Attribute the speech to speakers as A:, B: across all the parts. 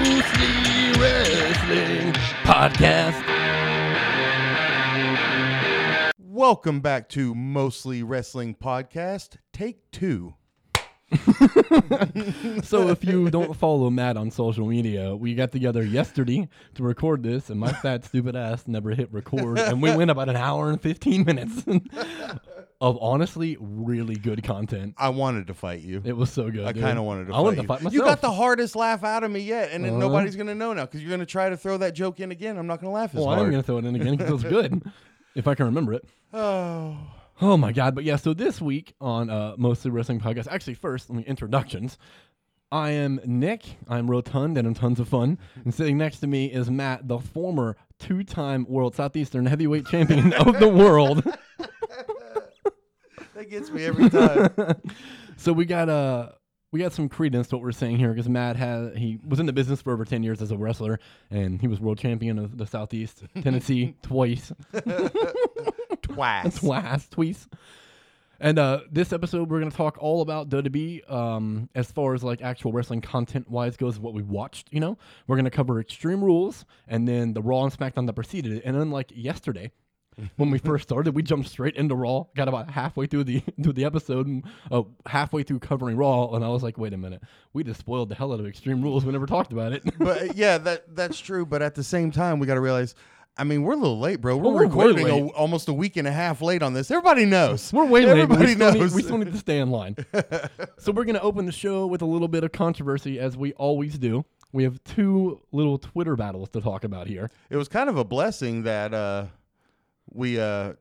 A: Mostly Wrestling Podcast.
B: Welcome back to Mostly Wrestling Podcast, take two.
A: So, if you don't follow Matt on social media, we got together yesterday to record this, and my fat, stupid ass never hit record. And we went about an hour and 15 minutes of honestly really good content.
B: I wanted to fight you.
A: It was so good.
B: I
A: dude.
B: kind of wanted to
A: I
B: fight
A: wanted
B: you.
A: to fight myself.
B: You got the hardest laugh out of me yet, and then
A: Uh-huh.
B: nobody's going to know now because you're going to try to throw that joke in again. I'm not going to laugh as
A: Well, I'm
B: hard.
A: going to throw it in again because it was good, if I can remember it.
B: Oh,
A: Oh my god! But yeah, so this week on uh, mostly wrestling podcast. Actually, first, let me introductions. I am Nick. I'm rotund and I'm tons of fun. And sitting next to me is Matt, the former two-time world southeastern heavyweight champion of the world.
B: that gets me every time.
A: so we got uh we got some credence to what we're saying here because Matt had he was in the business for over ten years as a wrestler, and he was world champion of the southeast Tennessee twice.
B: Twice.
A: twice, twice. And uh, this episode, we're going to talk all about WWE um, as far as like actual wrestling content wise goes, what we watched. You know, we're going to cover Extreme Rules and then the Raw and SmackDown that preceded it. And unlike yesterday, when we first started, we jumped straight into Raw. Got about halfway through the through the episode, and, uh, halfway through covering Raw, and I was like, "Wait a minute, we just spoiled the hell out of Extreme Rules. We never talked about it."
B: But uh, yeah, that that's true. But at the same time, we got to realize. I mean, we're a little late, bro. We're
A: we're way
B: recording a,
A: late.
B: almost a week and a half late on this. Everybody knows.
A: We're way late. but
B: Everybody
A: We still, need,
B: knows.
A: we still need to stay in line. so we're going to open the show with a little bit of controversy, as we always do. We have two little Twitter battles to talk about here.
B: it was kind of a blessing that uh, we uh,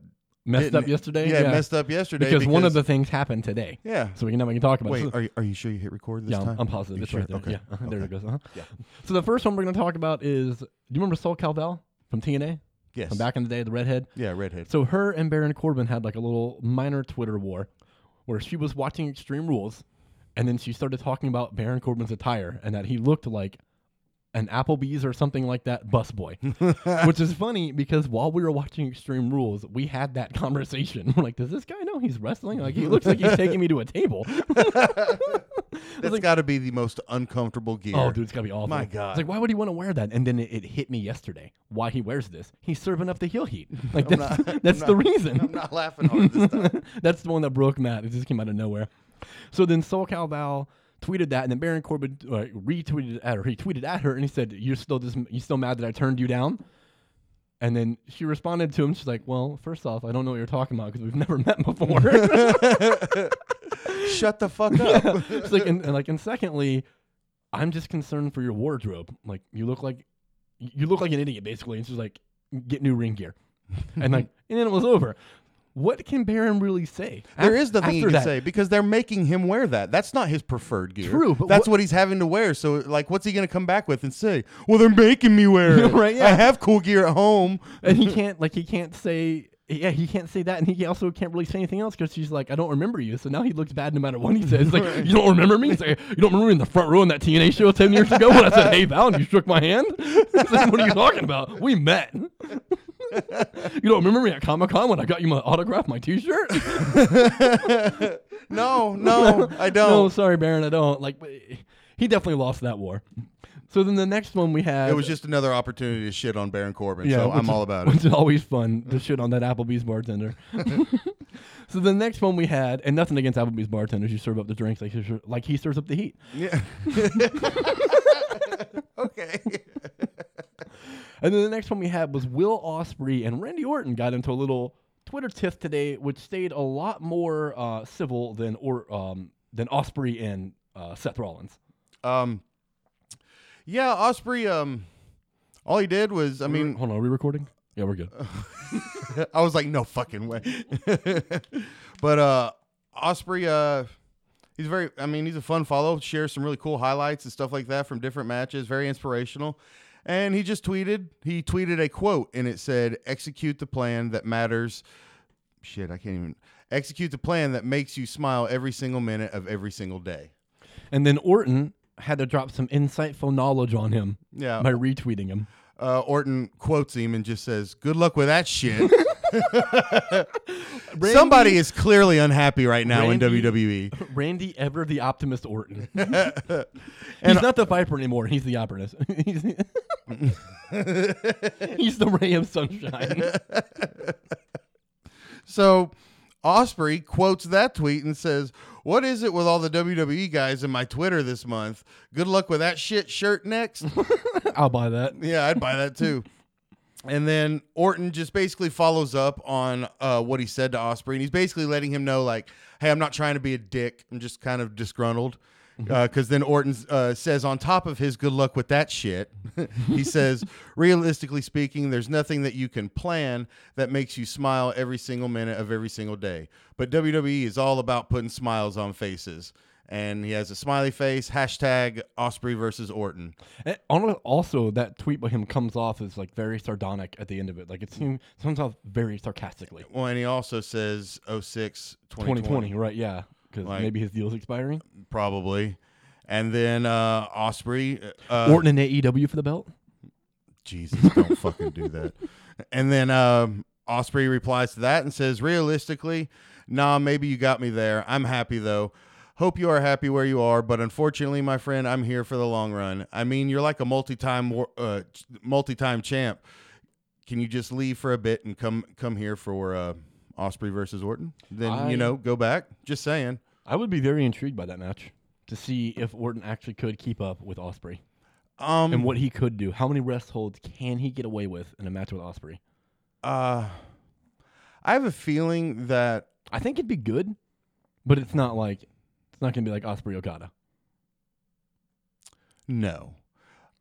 A: Messed
B: didn't-
A: up yesterday.
B: Yeah, messed up yesterday
A: because, one of the things happened today.
B: yeah.
A: So we can now we can talk about. it.
B: Wait,
A: So-
B: are you, are you sure you hit record this
A: yeah, I'm-
B: time?
A: I'm positive.
B: You
A: It's
B: sure?
A: right there.
B: Okay.
A: Yeah, uh-huh, there it goes. Uh-huh.
B: Yeah.
A: So the first one we're going to talk about is do you remember Sol Calvell from TNA
B: Yes.
A: from back in the day, the redhead?
B: Yeah, redhead.
A: So her and Baron Corbin had like a little minor Twitter war where she was watching Extreme Rules and then she started talking about Baron Corbin's attire and that he looked like an Applebee's or something like that busboy. Which is funny because while we were watching Extreme Rules, we had that conversation. We're like, does this guy know he's wrestling? Like he looks like he's taking me to a table.
B: That's got to be the most uncomfortable gear.
A: Oh, dude, it's gotta be awful.
B: My God.
A: It's like, why would he want to wear that? And then it, it hit me yesterday. Why he wears this? He's serving up the heel heat. Like that's that's the reason.
B: I'm not laughing hard this time.
A: That's the one that broke Matt. It just came out of nowhere. So then Sol Calval tweeted that, and then Baron Corbin uh, retweeted at her. He tweeted at her, and he said, "You're still just you still mad that I turned you down." And then she responded to him. She's like, "Well, first off, I don't know what you're talking about because we've never met before."
B: Shut the fuck up.
A: It's like, and, and like, and secondly, I'm just concerned for your wardrobe. Like, you look like you look like an idiot, basically. And she's like, "Get new ring gear," and like, and then it was over. What can Baron really say?
B: there
A: Af-
B: is nothing you
A: after
B: can
A: that?
B: say because they're making him wear that. That's not his preferred gear.
A: True, but
B: that's
A: what-
B: what, he's having to wear. So, like, what's he going to come back with and say? Well, they're making me wear it.
A: Right, yeah.
B: I have cool gear at home.
A: and he can't like he can't say yeah he can't say that and he also can't really say anything else because she's like i don't remember you so now he looks bad no matter what he says like you don't remember me It's like, you don't remember me in the front row in that tna show 10 years ago when i said hey val and you shook my hand it's like what are you talking about we met you don't remember me at comic-con when i got you my autograph my t-shirt
B: No, no,
A: no
B: I don't.
A: sorry baron i don't like he definitely lost that war so then the next one we had
B: It was just another opportunity to shit on Baron Corbin. so
A: which
B: I'm
A: is-
B: all about it.
A: Which is always fun to shit on that Applebee's bartender. so the next one we had, and nothing against Applebee's bartenders, you serve up the drinks like he ser- like he serves up the heat.
B: Yeah. okay.
A: And then the next one we had was Will Osprey and Randy Orton got into a little Twitter tiff today, which stayed a lot more uh, civil than or um, than Osprey and uh, Seth Rollins.
B: Um. Yeah, Osprey. Um, all he did was, I mean,
A: Hold on, are we recording? Yeah, we're good.
B: I was like, no fucking way. but uh, Osprey. Uh, he's very. I mean, he's a fun follow. Shares some really cool highlights and stuff like that from different matches. Very inspirational. And he just tweeted. He tweeted a quote, and it said, "Execute the plan that matters." Shit, I can't even execute the plan that makes you smile every single minute of every single day.
A: And then Orton had to drop some insightful knowledge on him
B: Yeah,
A: by retweeting him.
B: uh, Orton quotes him and just says, "Good luck with that shit."
A: Randy-
B: Somebody is clearly unhappy right now
A: Randy-
B: in E. WWE.
A: Randy Ever the Optimist Orton.
B: And-
A: he's not the Viper anymore. He's the Optimist. he's, he's the Ray of Sunshine.
B: So Osprey quotes that tweet and says, "What is it with all the WWE guys in my Twitter this month? Good luck with that shit shirt next."
A: I'll buy that.
B: yeah, I'd buy that too. And then Orton just basically follows up on uh, what he said to Osprey, and he's basically letting him know, like, "Hey, I'm not trying to be a dick. I'm just kind of disgruntled." Because then Orton uh, says, on top of his good luck with that shit, he says, realistically speaking, there's nothing that you can plan that makes you smile every single minute of every single day. But WWE is all about putting smiles on faces. And he has a smiley face, hashtag Osprey versus Orton.
A: And al- Eh, also, that tweet by him comes off as like very sardonic at the end of it. Like it seems comes off very sarcastically.
B: Well, and he also says 06, 2020,
A: 2020, right? Yeah, because
B: Like-
A: maybe his deal's expiring.
B: probably. And then uh, Osprey. Uh,
A: Orton and AEW for the belt.
B: Jesus, don't fucking do that. And then um, Osprey replies to that and says, realistically, nah, maybe you got me there. I'm happy though. Hope you are happy where you are, but unfortunately, my friend, I'm here for the long run. I mean, you're like a multi-time, wor- uh, ch- multi-time champ. Can you just leave for a bit and come come here for uh, Osprey versus Orton? Then
A: I-
B: you know, go back. Just saying.
A: I would be very intrigued by that match to see if Orton actually could keep up with Osprey
B: Um,
A: and what he could do. How many rest holds can he get away with in a match with Osprey?
B: Uh, I have a feeling that
A: I think it'd be good, but it's not like it's not gonna be like Osprey Okada.
B: no.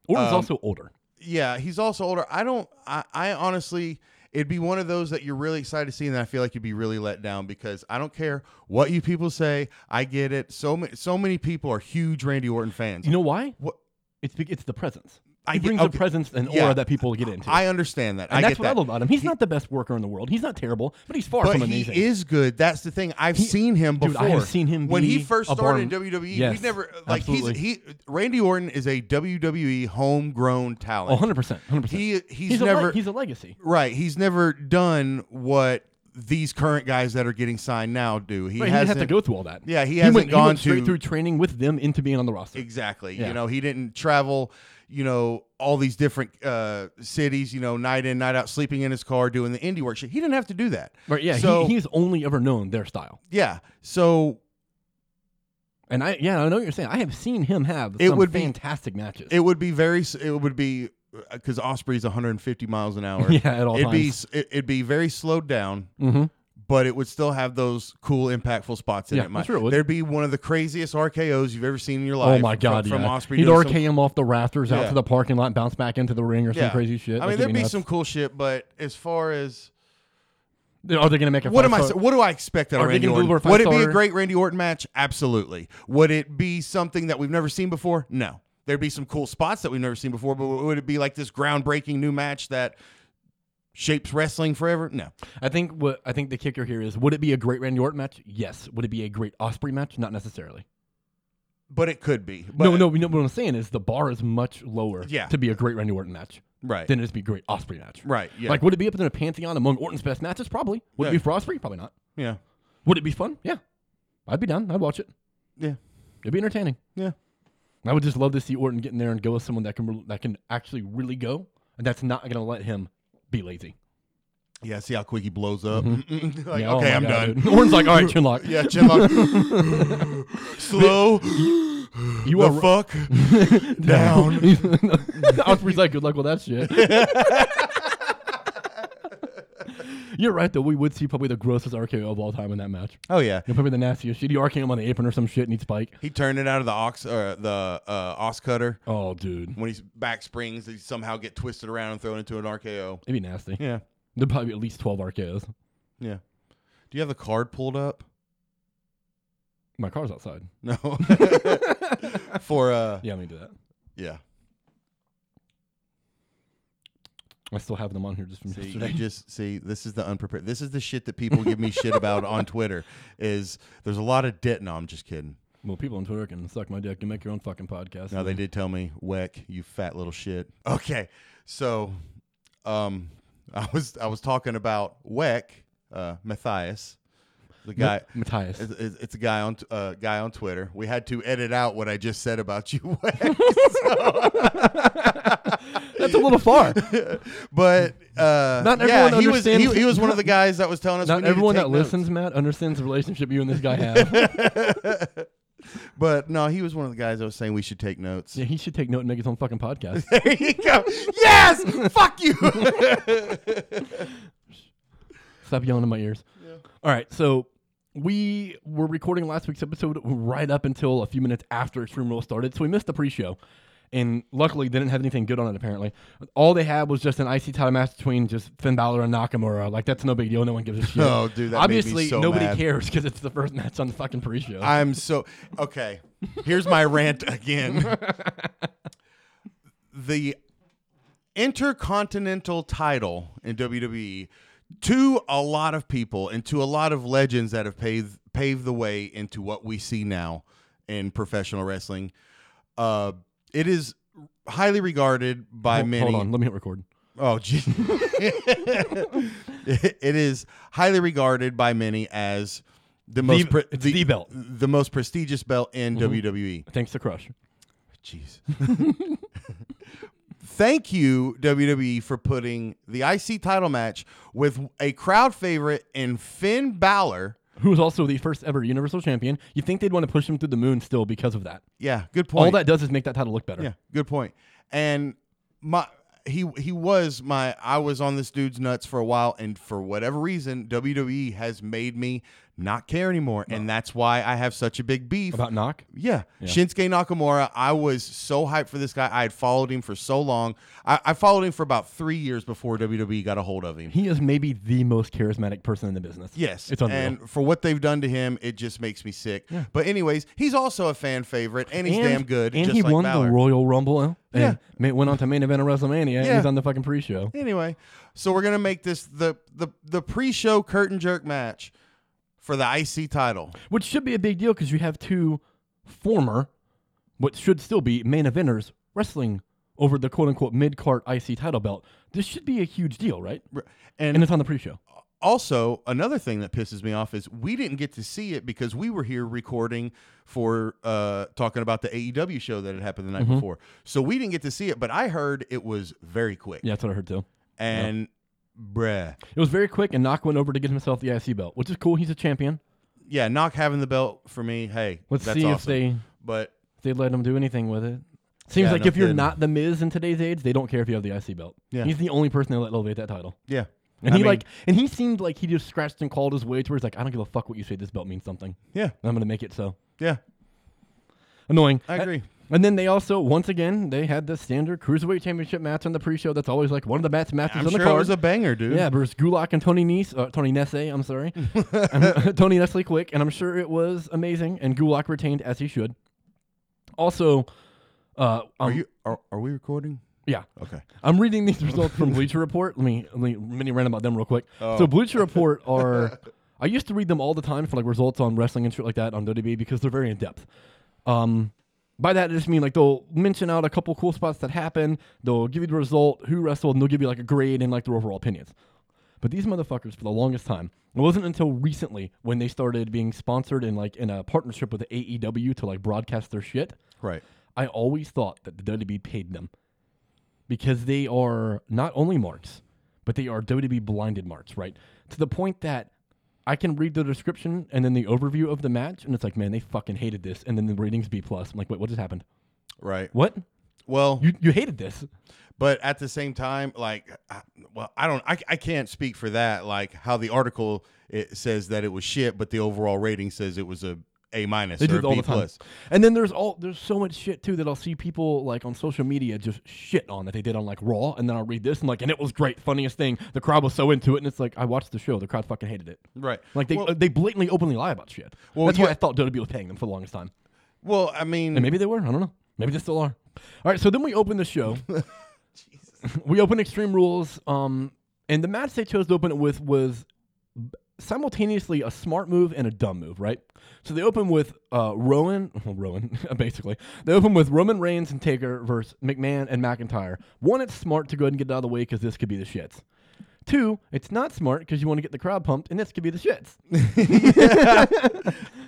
A: Orton's
B: Um,
A: also older.
B: Yeah, he's also older. I don't. I, I honestly, it'd be one of those that you're really excited to see, and I feel like you'd be really let down because I don't care what you people say. I get it. So many, so many people are huge Randy Orton fans.
A: You know why?
B: What-
A: It's be- it's the presence.
B: I
A: He
B: get-
A: brings
B: okay.
A: the presence and aura
B: Yeah.
A: that people get into.
B: I understand that.
A: and
B: I
A: that's
B: get
A: what
B: that.
A: I love about him. He's not the best worker in the world. He's not terrible, but he's far
B: But
A: from
B: he
A: amazing.
B: is good. That's the thing. I've seen him before.
A: Dude, I have seen him
B: when he
A: be
B: first
A: a
B: started
A: barn-
B: in WWE.
A: Yes,
B: we never like
A: absolutely.
B: he's he. Randy Orton is a WWE homegrown talent.
A: 100 percent, hundred percent.
B: He he's,
A: He's a
B: never
A: le- he's a legacy.
B: Right. He's never done what these current guys that are getting signed now do. He
A: Right, he didn't
B: hasn't
A: have to go through all that.
B: Yeah, he
A: He
B: hasn't
A: went, he
B: gone
A: went straight
B: to-
A: through training with them into being on the roster.
B: exactly.
A: Yeah.
B: You know, he didn't travel. You know, all these different uh, cities. You know, night in, night out, sleeping in his car, doing the indie work shit. He didn't have to do that.
A: Right? Yeah.
B: So-
A: he, he's only ever known their style,
B: Yeah. So
A: and I yeah I know what you're saying. I have seen him have
B: It
A: some
B: would be-
A: fantastic matches.
B: it would be very. s- It would be because Osprey's 150 miles an hour.
A: yeah, at all
B: It'd be
A: times.
B: s- it- it'd be very slowed down.
A: hmm
B: but it would still have those cool, impactful spots in
A: Yeah,
B: it.
A: I'm
B: Mike.
A: sure it would.
B: There'd be one of the craziest RKO's you've ever seen in your
A: Oh
B: life.
A: my god!
B: from, from
A: yeah.
B: Osprey.
A: He'd
B: doing
A: RK him off the rafters out
B: Yeah.
A: to the parking lot, and bounce back into the ring, or
B: some,
A: some crazy shit.
B: I
A: Like,
B: mean,
A: it'd
B: there'd be
A: nuts.
B: some cool shit, but as far as
A: Are they gonna make a
B: what am I?
A: five-star-
B: What do I expect out
A: Are
B: of
A: they
B: Randy
A: gonna
B: Orton?
A: do a
B: Would it be a
A: five-star-
B: great Randy Orton match? Absolutely. Would it be something that we've never seen before? No. There'd be some cool spots that we've never seen before, but would it be like this groundbreaking new match that shapes wrestling forever? No.
A: I think what I think the kicker here is: would it be a great Randy Orton match? Yes. Would it be a great Osprey match? Not necessarily.
B: But it could be. But,
A: no, no. You know what I'm saying is the bar is much lower
B: Yeah.
A: to be a great Randy Orton match
B: Right.
A: than it is to be a great Osprey match.
B: right. Yeah.
A: Like, would it be up in a pantheon among Orton's best matches? Probably. Would it
B: Yeah.
A: be for Osprey? Probably not.
B: yeah.
A: Would it be fun? Yeah, I'd be down. I'd watch it.
B: Yeah.
A: It'd be entertaining.
B: Yeah.
A: I would just love to see Orton getting there and go with someone that can re- that can actually really go, and that's not going to let him be lazy.
B: Yeah, see how quick he blows up. like,
A: Yeah, oh
B: okay,
A: my
B: I'm
A: God,
B: done.
A: dude. Orton's like, all right, chinlock.
B: Yeah, chinlock. Slow.
A: you
B: the
A: are
B: fuck down.
A: Osprey's like, good luck with that shit. You're right, though. We would see probably the grossest RKO of all time in that match.
B: Oh yeah,
A: You know, probably the nastiest shit. He RKO him on the apron or some shit and he'd spike.
B: he turned it out of the ox uh, the uh, ox cutter
A: Oh, dude.
B: when he's back springs. He somehow get twisted around and thrown into an RKO.
A: It'd be nasty.
B: Yeah,
A: There'd probably be at least 12 RKOs.
B: yeah. Do you have the card pulled up?
A: My car's outside.
B: No. For uh,
A: Yeah, I'm going to do that.
B: yeah.
A: I still have them on here just from
B: See, you
A: yesterday.
B: just see this is the unprepared. This is the shit that people give me shit about on Twitter. Is there's a lot of debt? No, I'm just kidding.
A: Well, people on Twitter can suck my dick to make your own fucking podcast.
B: No, they did tell me, Weck, you fat little shit. Okay, so, um, I was I was talking about Weck uh, Matthias, the guy.
A: Matthias.
B: It's, it's it's a guy on t- uh, guy on Twitter. We had to edit out what I just said about you, Weck.
A: That's a little far.
B: but uh,
A: Not
B: yeah,
A: everyone
B: he was he,
A: understands-
B: he was one of the guys that was telling us. we
A: Not
B: need to
A: everyone
B: take
A: that
B: notes.
A: listens, Matt, understands the relationship you and this guy have.
B: But no, he was one of the guys that was saying we should take notes.
A: yeah, he should take note and make his own fucking podcast.
B: There you go. Yes. Fuck you.
A: Stop yelling in my ears. All right, so we were recording last week's episode right up until a few minutes after Extreme Rules started, so we missed the pre-show. And luckily, they didn't have anything good on it. Apparently, all they had was just an icy title match between just Finn Balor and Nakamura. Like that's no big deal. No one gives a shit.
B: Oh, dude, that made me
A: obviously
B: so
A: nobody
B: mad.
A: cares because it's the first match on the fucking pre-show.
B: I'm so okay. Here's my rant again. the intercontinental title in WWE to a lot of people and to a lot of legends that have paved paved the way into what we see now in professional wrestling. Uh, it is highly regarded by
A: Hold-
B: many.
A: Hold on, let me hit record.
B: Oh, gee. it is highly regarded by many as the most pre-
A: it's the belt. Mm-hmm.
B: the most prestigious belt in E. WWE.
A: Thanks to Crush.
B: Jeez. Thank you WWE for putting the IC title match with a crowd favorite in Finn Balor.
A: who was also the first ever Universal Champion. You think they'd want to push him to the moon still because of that?
B: Yeah, good
A: All
B: point.
A: that does is make that title look better.
B: Yeah, good point. And my he he was my I was on this dude's nuts for a while, and for whatever reason, WWE has made me not care anymore, and that's why I have such a big beef.
A: About knock,
B: yeah. Shinsuke Nakamura. I was so hyped for this guy. I had followed him for so long. I, I followed him for about three years before WWE got a hold of him.
A: he is maybe the most charismatic person in the business.
B: Yes,
A: it's unreal.
B: and for what they've done to him, it just makes me sick. But anyways, he's also a fan favorite, and he's
A: And-
B: damn good.
A: And
B: just
A: he
B: like
A: won
B: Balor.
A: the Royal Rumble. And
B: Yeah.
A: ma- went on to main event of WrestleMania. And
B: Yeah.
A: he's on the fucking pre-show.
B: Anyway, so we're gonna make this the the the pre-show curtain jerk match for the IC title.
A: which should be a big deal because you have two former, what should still be main eventers wrestling over the quote unquote mid card IC title belt. This should be a huge deal, right?
B: And,
A: And it's on the pre-show.
B: also another thing that pisses me off is we didn't get to see it because we were here recording for uh talking about the AEW show that had happened the night
A: Mm-hmm.
B: before. So we didn't get to see it, but I heard it was very quick.
A: Yeah, that's what I heard too.
B: And bruh.
A: It was very quick, and Knock went over to get himself the IC belt, which is cool. He's a champion.
B: Yeah, knock having the belt for me. Hey,
A: Let's
B: that's
A: see if
B: awesome.
A: they
B: but
A: they let him do anything with it. Seems
B: Yeah,
A: like
B: no
A: if you're
B: kidding.
A: not the Miz in today's age, they don't care if you have the IC belt.
B: Yeah.
A: He's the only person they let elevate that title.
B: yeah.
A: And
B: I
A: he
B: mean,
A: like and he seemed like he just scratched and clawed his way to where he's like, I don't give a fuck what you say, this belt means something.
B: Yeah,
A: And I'm gonna make it so.
B: yeah.
A: Annoying.
B: I agree.
A: And then they also, once again, they had the standard cruiserweight championship match on the pre-show. That's always like one of the best matches
B: I'm
A: on the
B: sure it
A: card.
B: was a banger, dude.
A: Yeah, versus Gulak and Tony Nese, uh, Tony Nese, I'm sorry, And- Tony Nestle Quick, and I'm sure it was amazing. And Gulak retained as he should. Also, uh,
B: Are
A: um,
B: you are, are we recording?
A: yeah,
B: Okay.
A: I'm reading these results from Bleacher Report. Let me let me mini rant about them real quick. So Bleacher Report are I used to read them all the time for like results on wrestling and shit like that on WWE because they're very in depth. Um, by that I just mean like they'll mention out a couple cool spots that happen. They'll give you the result, who wrestled, and they'll give you like a grade and like their overall opinions. But these motherfuckers, for the longest time, it wasn't until recently when they started being sponsored and like in a partnership with AEW to like broadcast their shit.
B: Right.
A: I always thought that the WWE paid them because they are not only marks, but they are WWE blinded marks, right? To the point that I can read the description and then the overview of the match, and it's like, man, they fucking hated this. And then the ratings B plus. I'm like, wait, what just happened?
B: Right.
A: What?
B: Well,
A: You you hated this?
B: but at the same time, like, I, well, I don't, I, I can't speak for that. Like how the article it says that it was shit, but the overall rating says it was a A minus
A: They do
B: or a
A: it all
B: B
A: the time.
B: plus.
A: And then there's all there's so much shit too that I'll see people like on social media just shit on that they did on like Raw, and then I'll read this and like, and it was great, funniest thing. The crowd was so into it, and it's like I watched the show, the crowd fucking hated it.
B: Right.
A: Like they
B: Well-
A: uh, they blatantly openly lie about shit.
B: Well,
A: That's
B: you-
A: why I thought WWE was paying them for the longest time.
B: Well, I mean,
A: And maybe they were. I don't know. Maybe they still are. All right. So then we open the show. we open Extreme Rules. Um, and the match they chose to open it with was b- simultaneously a smart move and a dumb move, right? So they open with uh, Rowan, Rowan, basically. They open with Roman Reigns and Taker versus McMahon and McIntyre. One, it's smart to go ahead and get it out of the way because this could be the shits. Two, it's not smart because you want to get the crowd pumped, and this could be the shits.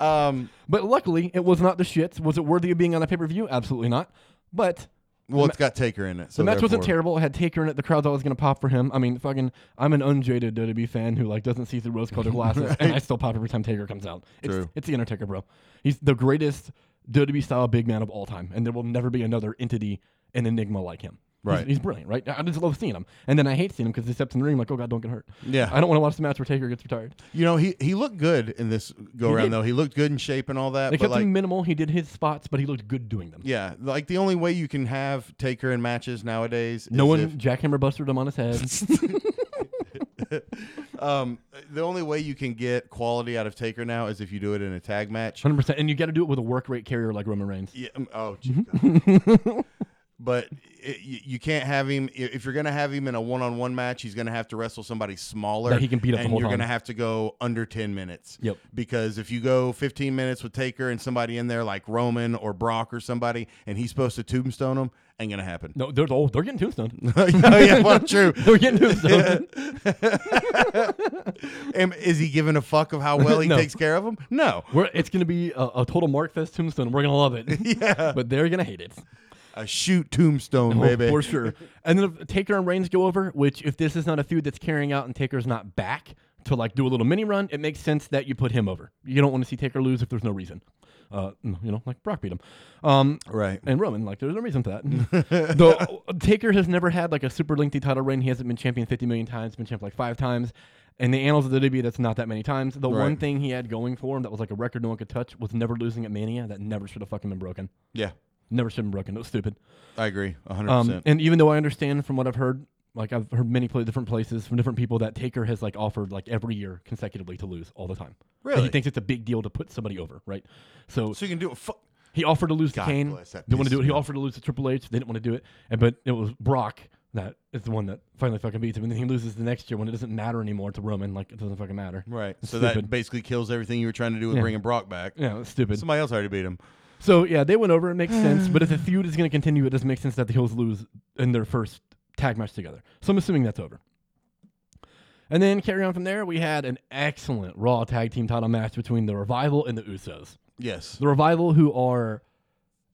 B: Um,
A: But luckily, it was not the shits. Was it worthy of being on a pay per view? Absolutely not. But
B: well, it's got Taker in it. So
A: the match wasn't
B: therefore-
A: terrible. It had Taker in it. The crowd's always going to pop for him. I mean, fucking, I'm an unjaded WWE fan who like doesn't see through rose-colored glasses, and I still pop every time Taker comes out. It's,
B: True.
A: It's the Undertaker, bro. He's the greatest WWE style big man of all time, and there will never be another entity and enigma like him. He's-
B: Right.
A: He's, brilliant, right? I I just love seeing him, and then I hate seeing him because he steps in the ring like, oh god, don't get hurt.
B: Yeah.
A: I don't want to watch the match where Taker gets retired.
B: You know, he, he looked good in this go
A: did.
B: around though. He looked good in shape and all that.
A: They
B: but
A: kept
B: like,
A: him minimal. He did his spots, but he looked good doing them.
B: yeah, like the only way you can have Taker in matches nowadays.
A: No one
B: is if-
A: jackhammer busted him on his head.
B: um, the only way you can get quality out of Taker now is if you do it in a tag match.
A: Hundred percent, and you got to do it with a work rate carrier like Roman Reigns.
B: Yeah. um, Oh, gee,
A: Mm-hmm.
B: God. but it, you, you can't have him i- if you're gonna have him in a one-on-one match. He's gonna have to wrestle somebody smaller
A: That he can beat up the
B: and
A: whole
B: you're
A: time.
B: gonna have to go under ten minutes.
A: Yep.
B: Because if you go 15 minutes with Taker and somebody in there like Roman or Brock or somebody, and he's supposed to tombstone him, ain't gonna happen.
A: No, they're oh, they're getting tombstone.
B: oh, yeah, well, true.
A: they're getting tombstone.
B: Am- is he giving a fuck of how well he
A: No.
B: takes care of him? No.
A: We're, it's gonna be a, a total Mark Fest tombstone. We're gonna love it.
B: Yeah.
A: but they're gonna hate it
B: A shoot tombstone,
A: Oh,
B: baby.
A: for sure. And then if Taker and Reigns go over, which if this is not a feud that's carrying out and Taker's not back to like do a little mini run, it makes sense that you put him over. You don't want to see Taker lose if there's no reason. Uh, you know, like Brock beat him. Um,
B: Right.
A: and Roman. Like, there's no reason for that. Though Taker has never had like a super lengthy title reign. He hasn't been champion 50 million times. Been champ like five times. In the annals of the WWE, that's not that many times. The one
B: Right.
A: thing he had going for him that was like a record no one could touch was never losing at Mania. That never should have fucking been broken.
B: Yeah.
A: Never should have been broken. It was stupid.
B: I agree. 100%.
A: Um, and even though I understand from what I've heard, like I've heard many pla different places from different people that Taker has like offered like every year consecutively to lose all the time. Like, He
B: Really?
A: thinks it's a big deal to put somebody over, right? So
B: so you can do a fuck.
A: he offered to lose to
B: God
A: Kane.
B: bless that
A: Didn't want to do
B: pisses
A: it. He
B: me off.
A: offered to lose to Triple H. They didn't want to do it. And, but it was Brock that is the one that finally fucking beats him. And then he loses the next year when it doesn't matter anymore to Roman. Like, it doesn't fucking matter.
B: Right.
A: It's
B: So
A: stupid.
B: that basically kills everything you were trying to do with
A: Yeah.
B: bringing Brock back.
A: Yeah, it's stupid.
B: Somebody else already beat him.
A: So, yeah, they went over. It makes sense. But if the feud is going to continue, it doesn't make sense that the Hills lose in their first tag match together. So I'm assuming that's over. And then carry on from there, we had an excellent Raw tag team title match between the Revival and the Usos.
B: Yes.
A: The Revival, who are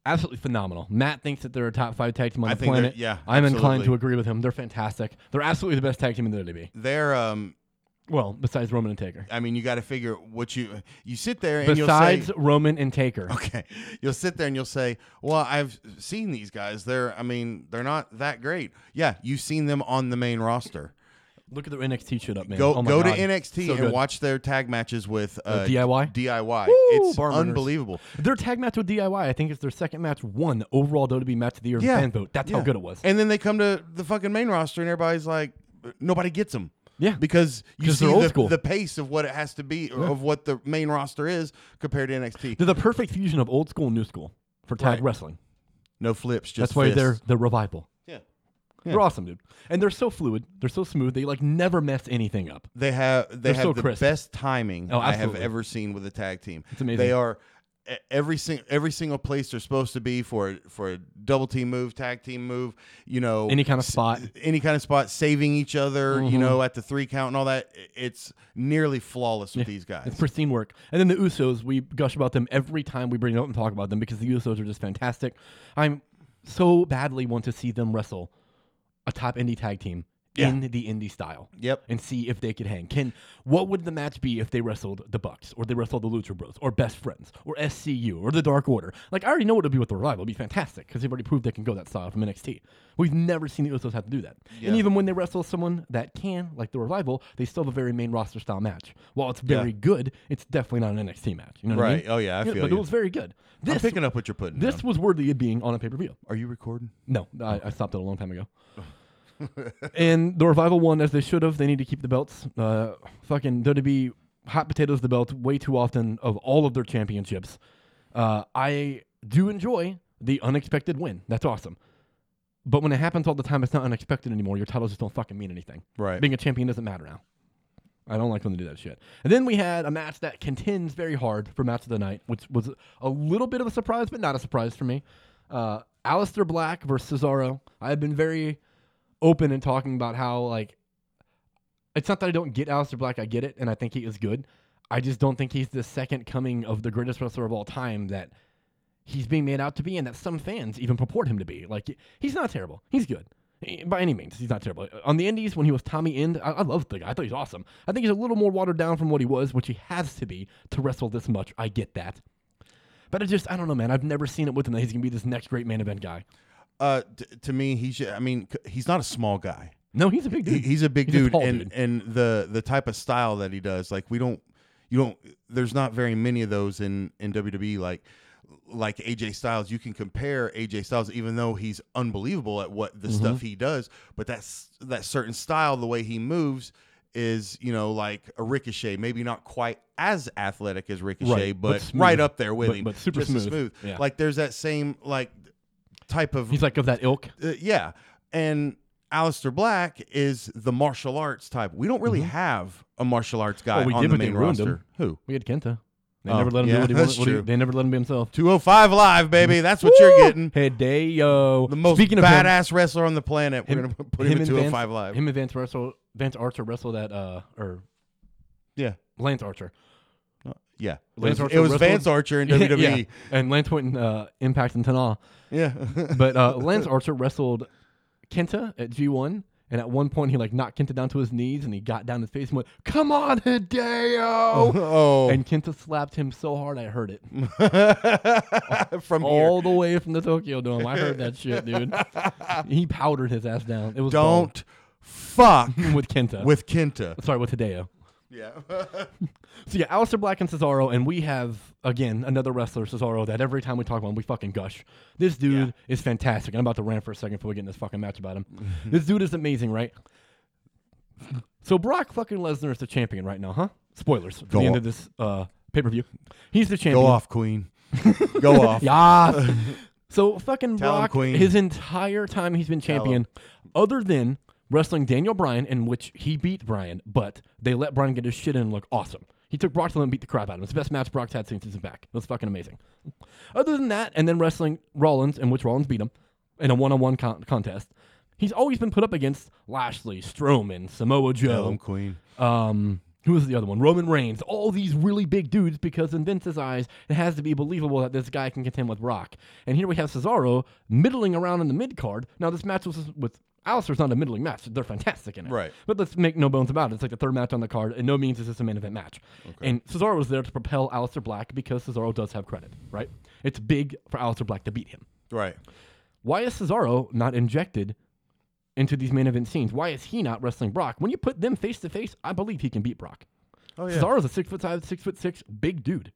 A: absolutely phenomenal. Matt thinks that they're a top five tag team on
B: I
A: the
B: think they're-
A: planet.
B: yeah,
A: I'm inclined
B: absolutely.
A: to agree with him. They're fantastic. They're absolutely the best tag team in the WWE.
B: There, um,
A: Well, besides Roman and Taker.
B: I mean, you got to figure what you you sit there and
A: Besides
B: you'll say,
A: Roman and Taker.
B: okay, you'll sit there and you'll say, well, I've seen these guys. They're, I mean, they're not that great. Yeah, you've seen them on the main roster.
A: Look at their NXT shit up, man.
B: Go
A: Oh my
B: go
A: God.
B: to NXT
A: So
B: and
A: good.
B: watch their tag matches with uh,
A: DIY?
B: DIY.
A: Woo,
B: it's
A: barn burners.
B: unbelievable.
A: Their tag match with DIY, I think, is their second match, one overall WWE match of the year in
B: Yeah.
A: fan vote. That's how
B: Yeah.
A: good it was.
B: And then they come to the fucking main roster, and everybody's like, nobody gets them.
A: Yeah.
B: because you
A: 'Cause
B: see
A: they're old
B: the,
A: school.
B: the pace of what it has to be, or of what the main roster is compared to NXT.
A: they're the perfect fusion of old school and new school for tag
B: Right.
A: wrestling.
B: No flips, just
A: That's why they're
B: fists.
A: the revival.
B: yeah.
A: They're awesome, dude. And they're so fluid. They're so smooth. They like never mess anything up.
B: They have they
A: They're so
B: have the
A: crisp.
B: best timing
A: Oh,
B: I have
A: absolutely.
B: ever seen with a tag team. It's
A: amazing.
B: They are e- every single every single place they're supposed to be for for a double team move, tag team move. You know,
A: Any kind of spot. Mm-hmm.
B: any kind of spot, saving each other. You know, at the three count and all that. I- It's nearly flawless with these guys.
A: It's pristine work. And then the Usos, we gush about them every time we bring it up and talk about them because the Usos are just fantastic. I'm so badly want to see them wrestle a top indie tag team
B: Yeah.
A: in the indie style.
B: Yep.
A: And see if they could hang. Can what would the match be if they wrestled the Bucks or they wrestled the Lucha Bros or Best Friends or SCU or the Dark Order? Like I already know what it'll be with the Revival. It'll be fantastic because they've already proved they can go that style from NXT. We've never seen the Usos have to do that.
B: Yeah.
A: And even when they wrestle someone that can, like the Revival, they still have a very main roster style match. While it's very good, it's definitely not an NXT match. You know what I
B: Right.
A: mean?
B: Oh, yeah, I feel
A: But
B: you.
A: it was very good.
B: I'm
A: This
B: picking up what you're putting.
A: this
B: down.
A: was worthy of being on a pay per view.
B: are you recording?
A: No, I, I stopped it a long time ago. and the revival won as they should have. They need to keep the belts. Uh, fucking WWE hot potatoes the belt way too often of all of their championships. Uh, I do enjoy the unexpected win. That's awesome. But when it happens all the time, it's not unexpected anymore. Your titles just don't fucking mean anything.
B: Right.
A: Being a champion doesn't matter now. I don't like when they do that shit. And then we had a match that contends very hard for match of the night, which was a little bit of a surprise, but not a surprise for me. Uh, Alistair Black versus Cesaro. I've been very open in talking about how like it's not that I don't get Aleister Black. I get it, and I think he is good. I just don't think he's the second coming of the greatest wrestler of all time that he's being made out to be, and that some fans even purport him to be. Like he's not terrible. He's good. Eh, By any means, he's not terrible. Uh, On the Indies, when he was Tommy End, I, I loved the guy. I thought he was awesome. I think he's a little more watered down from what he was, which he has to be to wrestle this much. I get that. But I just, I don't know, man. I've never seen it with him that he's going to be this next great main event guy.
B: Uh, t- to me, he should. I mean, c- he's not a small guy.
A: No, he's a big
B: He-
A: dude.
B: he's a big
A: He's a
B: dude,
A: tall
B: and
A: dude.
B: and the the type of style that he does, like we don't, you don't. There's not very many of those in in WWE. Like like AJ Styles, you can compare AJ Styles, even though he's unbelievable at what the stuff
A: Mm-hmm.
B: he does, but that's that certain style, the way he moves. Is you know like a ricochet, maybe not quite as athletic as ricochet,
A: Right, but
B: but,
A: smooth.
B: right up there with
A: But-
B: him,
A: but super
B: just as
A: smooth.
B: smooth.
A: Yeah.
B: Like there's that same like type of
A: he's like of that ilk.
B: uh, yeah. And Alistair Black is the martial arts type. We don't really have a martial arts guy
A: Mm-hmm. Well, we
B: on
A: did,
B: the
A: but they
B: main
A: ruined
B: roster.
A: him.
B: Who?
A: We had Kenta. They
B: Oh,
A: never let him
B: yeah,
A: do what he wanted.
B: that's
A: What he,
B: true.
A: they never let him be himself.
B: 205 live, baby. That's what you're
A: Woo!
B: getting.
A: Hideo.
B: The most
A: Speaking of him,
B: badass wrestler on the planet. We're
A: Him-
B: going to put him,
A: him
B: in
A: and
B: 205 live.
A: him and Vance Russell, Vance Archer wrestled that uh or
B: yeah.
A: Lance Archer.
B: Yeah.
A: Lance
B: it was,
A: Archer
B: it was
A: wrestled-
B: Vance Archer in E. WWE.
A: Yeah. And Lance went in uh, Impact and Tana.
B: Yeah.
A: But uh, Lance Archer wrestled Kenta at G1. And at one point, he like knocked Kenta down to his knees, and he got down his face and went, "Come on, Hideo!"
B: oh.
A: And Kenta slapped him so hard I heard it
B: From here.
A: all the way from the Tokyo Dome. I heard that shit, dude. He powdered his ass down. It was bald.
B: Don't fuck
A: with Kenta.
B: with Kenta.
A: sorry, with Hideo.
B: Yeah.
A: So yeah, Alistair Black and Cesaro, and we have again another wrestler, Cesaro, that every time we talk about him, we fucking gush. This dude is fantastic. I'm about to rant for a second before we get in this fucking match about him. this dude is amazing, right? So Brock fucking Lesnar is the champion right now, huh? Spoilers. at the
B: Go
A: end
B: on.
A: of this uh, pay per view, he's the champion.
B: Go off, Queen. Go off.
A: Yes. so fucking
B: Tell 'em,
A: Brock,
B: Queen.
A: his entire time he's been champion, other than wrestling Daniel Bryan, in which he beat Bryan, but they let Bryan get his shit in and look awesome. He took Brock to them and beat the crap out of him. It's the best match Brock's had since he's back. It was fucking amazing. Other than that, and then wrestling Rollins, in which Rollins beat him in a one-on-one con- contest. He's always been put up against Lashley, Strowman, Samoa
B: Tell
A: Joe,
B: him, Queen.
A: um, who was the other one? Roman Reigns. All these really big dudes because in Vince's eyes, it has to be believable that this guy can contend with Rock. And here we have Cesaro middling around in the mid card. Now this match was with Alistair's not a middling match. They're fantastic in it.
B: Right.
A: But let's make no bones about it. It's like the third match on the card, and no means is this a main event match. And Cesaro was there to propel Alistair Black because Cesaro does have credit, right? It's big for Alistair Black to beat him.
B: Right.
A: Why is Cesaro not injected into these main event scenes? Why is he not wrestling Brock? When you put them face to face, I believe he can beat Brock.
B: Oh,
A: Cesaro's a six foot five, six foot six, big dude.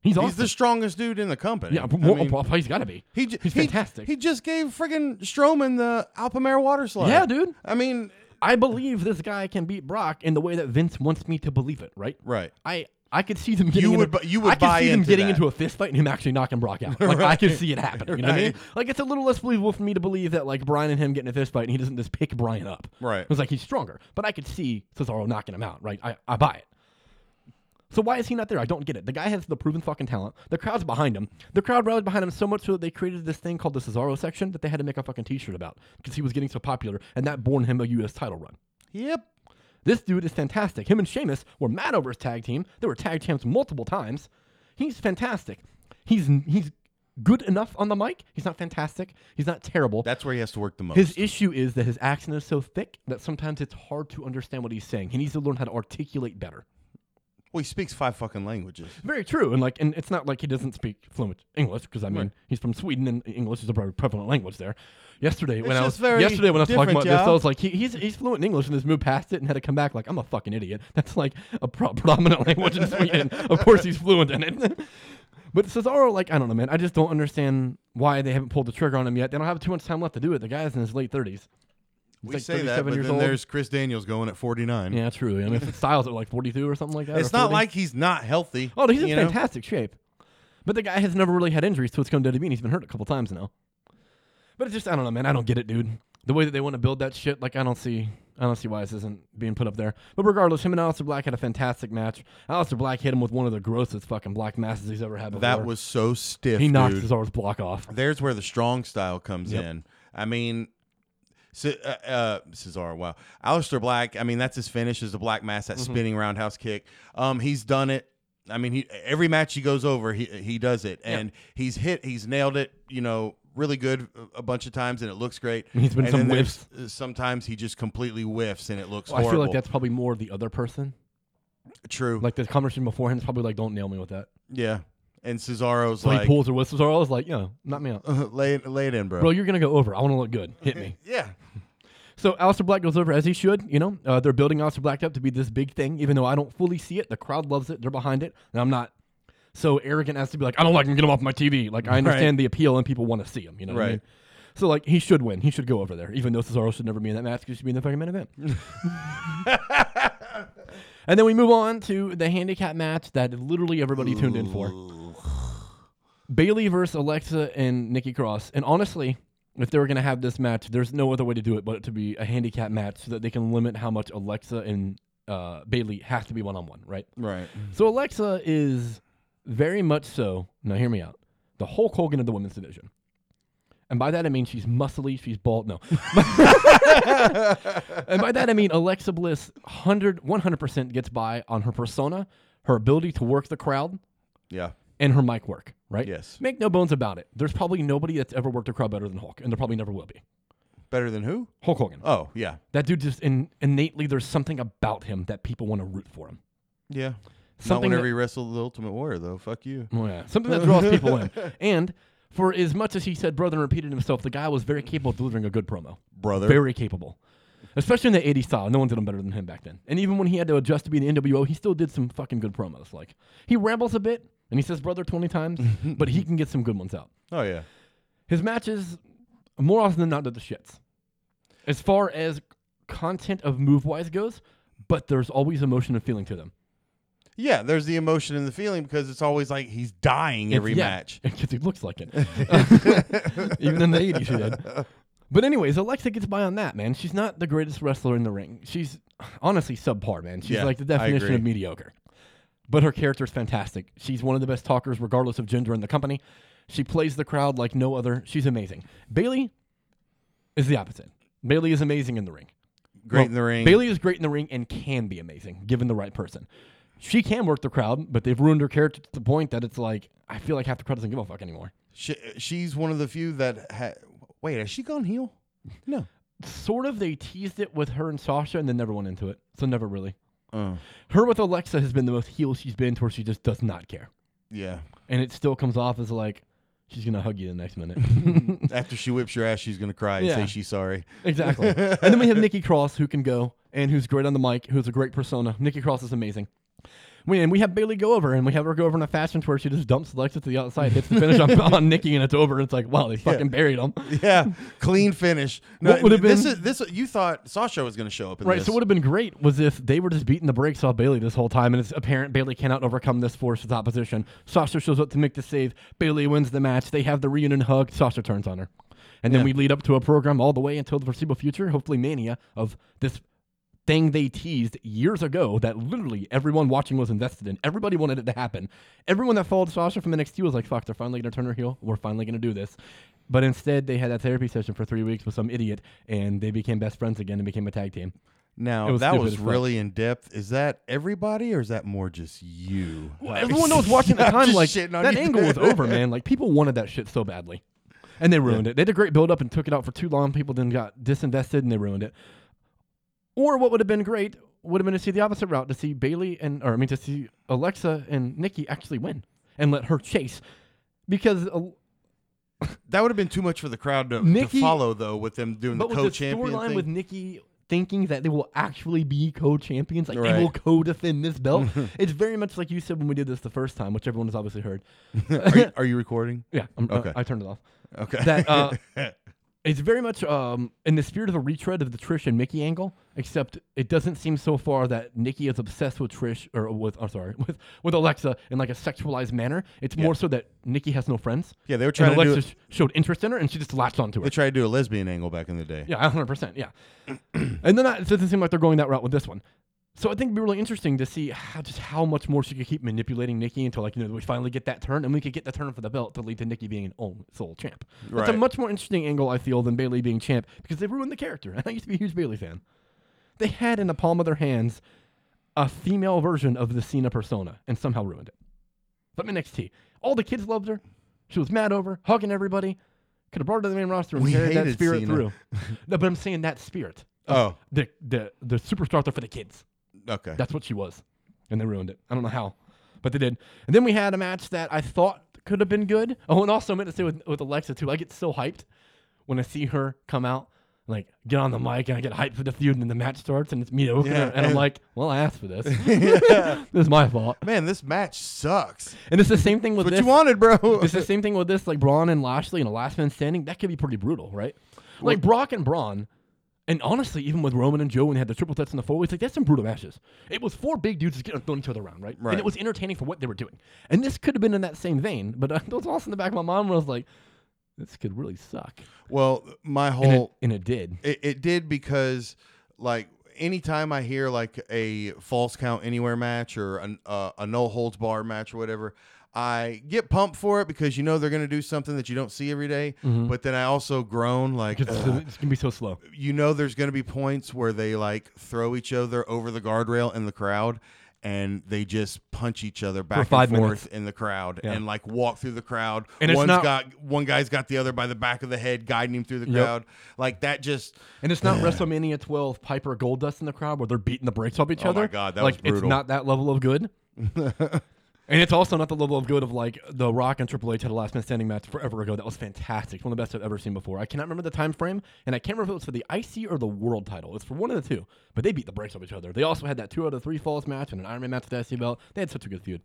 A: He's awesome.
B: He's the strongest dude in the company.
A: yeah,
B: I
A: well,
B: mean,
A: well, he's got to be.
B: he, j-
A: he's
B: he-
A: fantastic.
B: He just gave friggin' Strowman the Alpamare water slide.
A: yeah, dude.
B: I mean,
A: I believe this guy can beat Brock in the way that Vince wants me to believe it. Right.
B: right.
A: I I could see them getting.
B: would
A: into,
B: bu- you would
A: I could
B: buy
A: see them
B: into
A: getting
B: that.
A: into a fist fight and him actually knocking Brock out. Like I could see it happening. You know what I mean? Like it's a little less believable for me to believe that like Brian and him getting a fist fight and he doesn't just pick Brian up.
B: Right.
A: It was like he's stronger, but I could see Cesaro knocking him out. Right. I, I buy it. So why is he not there? I don't get it. The guy has the proven fucking talent. The crowd's behind him. The crowd rallied behind him so much so that they created this thing called the Cesaro section that they had to make a fucking T-shirt about because he was getting so popular, and that born him a U.S. title run.
B: Yep.
A: This dude is fantastic. Him and Sheamus were mad over his tag team. They were tag champs multiple times. He's fantastic. He's he's good enough on the mic. He's not fantastic. He's not terrible.
B: That's where he has to work the most.
A: his issue is that his accent is so thick that sometimes it's hard to understand what he's saying. He needs to learn how to articulate better.
B: well, he speaks five fucking languages.
A: Very true. And like, and it's not like he doesn't speak fluent English because I mean, he's from Sweden and English is a very prevalent language there. Yesterday when
B: It's
A: I
B: just
A: was
B: very
A: yesterday when I was talking
B: different,
A: about this, I
B: yeah.
A: was like, he, he's he's fluent in English and has moved past it and had to come back like I'm a fucking idiot. That's like a pro- predominant language in Sweden. Of course he's fluent in it. But Cesaro, like, I don't know, man. I just don't understand why they haven't pulled the trigger on him yet. They don't have too much time left to do it. The guy's in his late 30s. He's
B: We
A: like
B: say that,
A: 37
B: but
A: years
B: then
A: old.
B: there's Chris Daniels going at 49.
A: Yeah, true. I mean, if it's Styles at like 42 or something like that.
B: It's
A: or
B: not
A: 40.
B: like he's not healthy.
A: Oh, he's in
B: you know?
A: fantastic shape. But the guy has never really had injuries, so it's come to WWE, and he's been hurt a couple times now. But it's just, I don't know, man. I don't get it, dude. The way that they want to build that shit, like, I don't see. I don't see why this isn't being put up there. But regardless, him and Alistair Black had a fantastic match. Alistair Black hit him with one of the grossest fucking black masses he's ever had before.
B: That was so stiff.
A: he knocked
B: dude.
A: Cesaro's block off.
B: There's where the strong style comes
A: Yep.
B: in. I mean, Ce- uh, uh, Cesaro, wow. Aleister Black, I mean, that's his finish is the Black Mass, that
A: Mm-hmm.
B: spinning roundhouse kick. Um, he's done it. I mean, he every match he goes over, he he does it, and he's hit, he's nailed it. You know, really good a- a bunch of times, and it looks great.
A: He's been
B: and
A: some
B: then there's- Sometimes he just completely whiffs, and it looks
A: I
B: horrible.
A: feel like that's probably more the other person.
B: true.
A: Like the conversation beforehand is probably like, "Don't nail me with that."
B: yeah, and Cesaro's
A: So he
B: like, Uh,
A: pulls her whistle. So I was like, "Yeah, knock me out,
B: lay it, lay it in, bro.
A: bro. You're gonna go over. I want to look good. Hit me."
B: yeah,
A: So Aleister Black goes over as he should. You know, uh, they're building Aleister Black up to be this big thing, even though I don't fully see it. The crowd loves it. They're behind it, and I'm not so arrogant as to be like, I don't like him. Get him off my TV. Like I understand the appeal, and people want to see him. You know, What I
B: Right.
A: mean? So like he should win. He should go over there, even though Cesaro should never be in that match. 'cause He should be in the fucking main event. and then we move on to the handicap match that literally everybody tuned in for. Bailey versus Alexa and Nikki Cross. And honestly, if they were going to have this match, there's no other way to do it but to be a handicap match so that they can limit how much Alexa and uh, Bailey have to be one on one, right?
B: right.
A: So Alexa is very much so. Now hear me out. The Hulk Hogan of the women's division, and by that I mean she's muscly, she's bald. No, and by that I mean Alexa Bliss 100 percent gets by on her persona, her ability to work the crowd,
B: Yeah,
A: and her mic work. Right?
B: Yes.
A: Make no bones about it. There's probably nobody that's ever worked a crowd better than Hulk, and there probably never will be.
B: better than who?
A: Hulk Hogan.
B: Oh, yeah,
A: That dude just in, innately there's something about him that people want to root for him.
B: yeah.
A: Something
B: Not
A: that-
B: whenever he wrestled the Ultimate Warrior, though. Fuck you.
A: Oh, yeah. Something that draws people in. And for as much as he said brother and repeated himself, the guy was very capable of delivering a good promo.
B: brother.
A: Very capable. Especially in the 80s style. No one did him better than him back then. And even when he had to adjust to be an NWO, he still did some fucking good promos. Like, he rambles a bit and he says brother 20 times, but he can get some good ones out.
B: oh yeah,
A: His matches, more often than not, are the shits. As far as content of move wise goes, but there's always emotion and feeling to them.
B: yeah. There's the emotion and the feeling because it's always like he's dying every
A: It's- yeah,
B: match.
A: Because he looks like it. Even in the 80s, he did. But, anyways, Alexa gets by on that, man. She's not the greatest wrestler in the ring. She's honestly subpar, man. She's
B: Yeah,
A: like the
B: I
A: definition
B: agree.
A: of mediocre. But her character's fantastic. She's one of the best talkers, regardless of gender in the company. She plays the crowd like no other. She's amazing. Bailey is the opposite. Bailey is amazing in the ring.
B: Great
A: Well,
B: in the ring.
A: Bailey is great in the ring and can be amazing given the right person. She can work the crowd, but they've ruined her character to the point that it's like I feel like half the crowd doesn't give a fuck anymore.
B: She, she's one of the few that. Ha- Wait, has she gone heel? No.
A: Sort of, they teased it with her and Sasha, and then never went into it. So never really.
B: Oh,
A: Her with Alexa has been the most heel she's been, to where she just does not care,
B: yeah.
A: and it still comes off as like she's gonna hug you the next minute.
B: After she whips your ass, she's gonna cry and
A: Yeah.
B: say she's sorry.
A: exactly. and then we have Nikki Cross, who can go and who's great on the mic, who's a great persona. Nikki Cross is amazing. We, and we have Bailey go over, and we have her go over in a fashion to where she just dumps Alexa to the outside, hits the finish on, on Nikki, and it's over. And it's like, wow, they fucking buried him.
B: Yeah, clean finish. No,
A: What would've
B: this
A: been-
B: Is, this you thought Sasha was gonna show up in
A: Right.
B: this?
A: So what would have been great was if they were just beating the brakes off Bailey this whole time, and it's apparent Bailey cannot overcome this force with opposition. Sasha shows up to make the save. Bailey wins the match. They have the reunion hug. Sasha turns on her, and then
B: Yeah.
A: we lead up to a program all the way until the foreseeable future, hopefully Mania, of this thing they teased years ago that literally everyone watching was invested in. Everybody wanted it to happen. Everyone that followed Sasha from NXT was like, "Fuck, they're finally gonna turn her heel. We're finally gonna do this." But instead, they had that therapy session for three weeks with some idiot, and they became best friends again and became a tag team.
B: now
A: It was
B: that
A: stupid
B: was
A: as fuck.
B: really in depth. Is that everybody or is that more just you?
A: Well, everyone that was watching at the
B: I'm
A: time,
B: just
A: like
B: shitting on
A: that
B: you.
A: angle was over, man. Like people wanted that shit so badly, and they ruined it. They did a great build up and took it out for too long. People then got disinvested and they ruined it. Or what would have been great would have been to see the opposite route to see Bailey and, or I mean, to see Alexa and Nikki actually win and let her chase, because uh,
B: That would have been too much for the crowd to, to
A: Nikki-
B: follow, though, with them doing the
A: but with the
B: co-champion
A: storyline
B: thing.
A: with Nikki thinking that they will actually be co-champions, like they
B: Right.
A: will co-defend this belt, it's very much like you said when we did this the first time, which everyone has obviously heard.
B: are, you, are you recording?
A: Yeah, I'm, uh,
B: Okay.
A: I turned it off.
B: Okay.
A: that uh, it's very much um, in the spirit of a retread of the Trish and Mickey angle, except it doesn't seem so far that Nikki is obsessed with Trish or with I'm sorry with with Alexa in like a sexualized manner. It's more so that Nikki has no friends.
B: yeah, they were
A: And
B: trying to do.
A: Alexa sh- showed interest in her, and she just latched onto her.
B: They tried to do a lesbian angle back in the day.
A: Yeah, 100%. Yeah. and then that, it doesn't seem like they're going that route with this one. So I think it'd be really interesting to see how, just how much more she could keep manipulating Nikki until like you know we finally get that turn and we could get the turn for the belt to lead to Nikki being an own sole champ. That's a
B: Right.
A: much more interesting angle I feel than Bailey being champ because they ruined the character. And I used to be a huge Bailey fan. They had in the palm of their hands a female version of the Cena persona and somehow ruined it. But NXT, all the kids loved her. She was mad over hugging everybody. Could have brought her to the main roster and
B: We
A: carried that
B: hated
A: spirit
B: Cena.
A: through. no, but I'm saying that spirit.
B: Oh,
A: The the the superstar for the kids.
B: okay.
A: That's what she was. And they ruined it. I don't know how, but they did. And then we had a match that I thought could have been good. Oh, and also I meant to say with, with Alexa, too. I get so hyped when I see her come out, like get on the mic, and I get hyped for the feud, and then the match starts, and it's mediocre.
B: Yeah,
A: and I'm
B: and-
A: like, well, I asked for this. this is my fault.
B: Man, this match sucks.
A: And it's the same thing with
B: What
A: this.
B: you wanted, bro?
A: It's the same thing with this, like Braun and Lashley and a last man standing. That could be pretty brutal, right? Like Brock and Braun, and honestly, even with Roman and Joe when they had the triple threats in the four ways, like that's some brutal matches. It was four big dudes just getting thrown each other around, right? And it
B: Right.
A: was entertaining for what they were doing. And this could have been in that same vein, but uh, that was also in the back of my mind where I was like, this could really suck.
B: Well, my
A: And,
B: whole
A: it, and it did.
B: It, it did because like anytime I hear like a false count anywhere match or an, uh, a no holds bar match or whatever, I get pumped for it because you know they're gonna do something that you don't see every day, But then I also groan like.
A: Mm-hmm. Because
B: "Ugh."
A: it's, going to be so slow.
B: You know, there's going to be points where they like throw each other over the guardrail in the crowd, and they just punch each other back
A: five
B: and forth
A: minutes.
B: in the crowd,
A: Yeah.
B: and like walk through the crowd.
A: And it's
B: One's
A: not-
B: got one guy's got the other by the back of the head, guiding him through the
A: Yep.
B: crowd. Like that, just
A: And it's not WrestleMania 12 Piper Goldust in the crowd where they're beating the brakes off each
B: Oh
A: other.
B: my God, that
A: like,
B: was brutal.
A: It's not that level of good. and it's also not the level of good of like the Rock and Triple H had a last man standing match forever ago. That was fantastic. It's one of the best I've ever seen before. I cannot remember the time frame, and I can't remember if it was for the IC or the World title. It's for one of the two, but they beat the brakes off each other. They also had that two out of three falls match and an Iron Man match with the IC belt. They had such a good feud.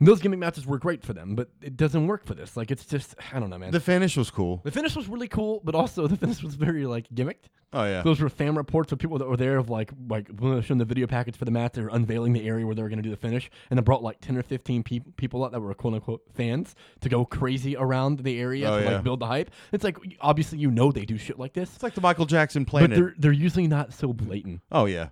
A: And those gimmick matches were great for them, but it doesn't work for this. Like it's just I don't know, man.
B: The finish was cool.
A: the finish was really cool, but also the finish was very like gimmicked.
B: Oh yeah.
A: Those were fan reports of people that were there of like like when they were showing the video package for the match, they were unveiling the area where they were going to do the finish, and they brought like ten or fifteen peop people out that were quote unquote fans to go crazy around the area
B: Oh,
A: to
B: yeah.
A: like build the hype. It's like obviously you know they do shit like this,
B: It's like the Michael Jackson
A: but
B: planet.
A: they're they're usually not so blatant.
B: oh yeah.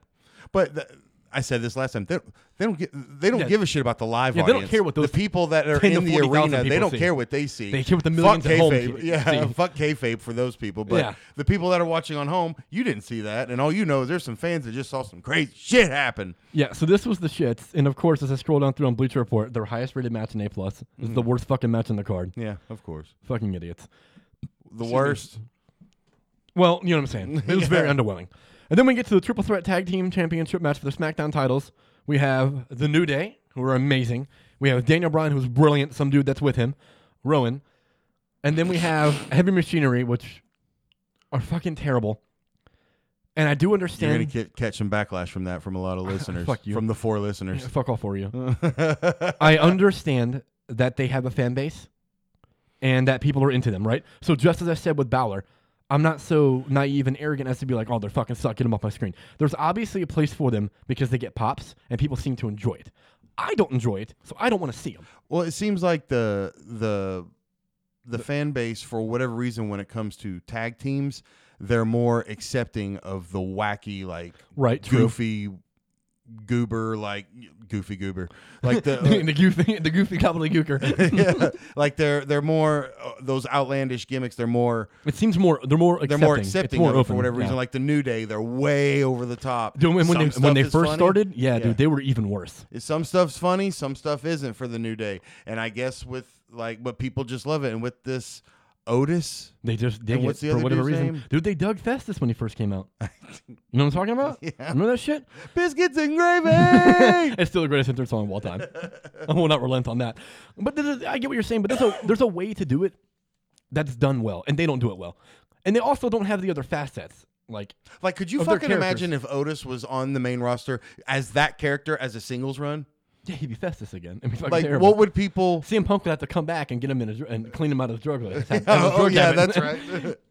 B: But th- I said this last time. They, they don't get, they don't
A: Yeah.
B: give a shit about the live
A: Yeah, they don't
B: audience.
A: care what those
B: the people that are
A: 10 to
B: in the
A: 40,000
B: arena. They
A: people
B: don't
A: see.
B: care what they see.
A: They care what the millions
B: fuck
A: at home
B: kayfabe.
A: see-
B: Yeah,
A: see.
B: fuck kayfabe for those people. But
A: Yeah.
B: the people that are watching on home, you didn't see that, and all you know is there's some fans that just saw some crazy shit happen.
A: Yeah, so this was the shits, and of course, as I scroll down through on Bleacher Report, their highest rated match in A plus is the worst fucking match in the card.
B: Yeah, of course.
A: Fucking idiots.
B: The worst.
A: Well, you know what I'm saying. It was very underwhelming. And then we get to the triple threat tag team championship match for the SmackDown titles. We have the New Day, who are amazing. We have Daniel Bryan, who's brilliant. Some dude that's with him, Rowan. And then we have Heavy Machinery, which are fucking terrible. And I do
B: You're gonna
A: understand.
B: get, catch some backlash from that from a lot of listeners.
A: Fuck you.
B: From the four listeners.
A: Fuck off for you. I understand that they have a fan base and that people are into them, right? So just as I said with Balor, I'm not so naive and arrogant as to be like, oh, they're fucking suck, get them off my screen. There's obviously a place for them because they get pops and people seem to enjoy it. I don't enjoy it, so I don't want to see them.
B: Well, it seems like the the the fan base, for whatever reason, when it comes to tag teams, they're more accepting of the wacky, like
A: Right,
B: goofy goober, like goofy goober, like the.
A: the goofy, the goofy gobbledygooker.
B: yeah, like they're they're more uh, those outlandish gimmicks. They're more
A: it seems more they're more
B: they're
A: accepting.
B: more
A: It's
B: accepting
A: more
B: of it
A: open
B: for whatever
A: yeah.
B: reason. Like the New Day, they're way over the top.
A: Dude, when, when
B: Some
A: they
B: stuff
A: when they
B: is
A: first
B: funny.
A: started, yeah,
B: Yeah.
A: dude, they were even worse.
B: Is some stuff's funny, some stuff isn't for the new day. And I guess with like, but people just love it. And with this Otis,
A: They just dig
B: And what's
A: it
B: the
A: for
B: other
A: whatever
B: dude's
A: reason.
B: name?
A: Dude, they dug Festus when he first came out. you know what I'm talking about?
B: Yeah.
A: Remember that shit?
B: biscuits and gravy.
A: it's still the greatest entrance song of all time. I will not relent on that. But this is, I get what you're saying. But there's a there's a way to do it that's done well, and they don't do it well, and they also don't have the other facets. Like
B: like, could you
A: Of their
B: fucking imagine if Otis was on the main roster as that character as a singles run?
A: yeah, he'd be Festus again. I mean, fucking
B: Like,
A: terrible.
B: what would people?
A: CM Punk would have to come back and get him in a, dr- and clean him out of the drug list.
B: Oh, oh, yeah,
A: habit.
B: that's right.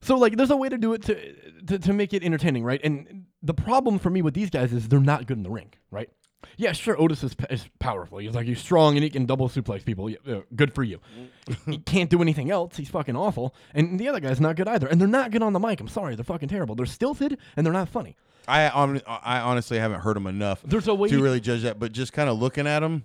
A: So like, there's a way to do it to, to to make it entertaining, right? And the problem for me with these guys is they're not good in the ring, right? Yeah, sure. Otis is, is powerful. He's like he's strong and he can double suplex people. Yeah, yeah, good for you. he can't do anything else. He's fucking awful. And the other guy's not good either. And they're not good on the mic. I'm sorry, they're fucking terrible. They're stilted and they're not funny.
B: I hon- I honestly haven't heard him enough
A: There's a way.
B: to really judge that, but just kind of looking at him,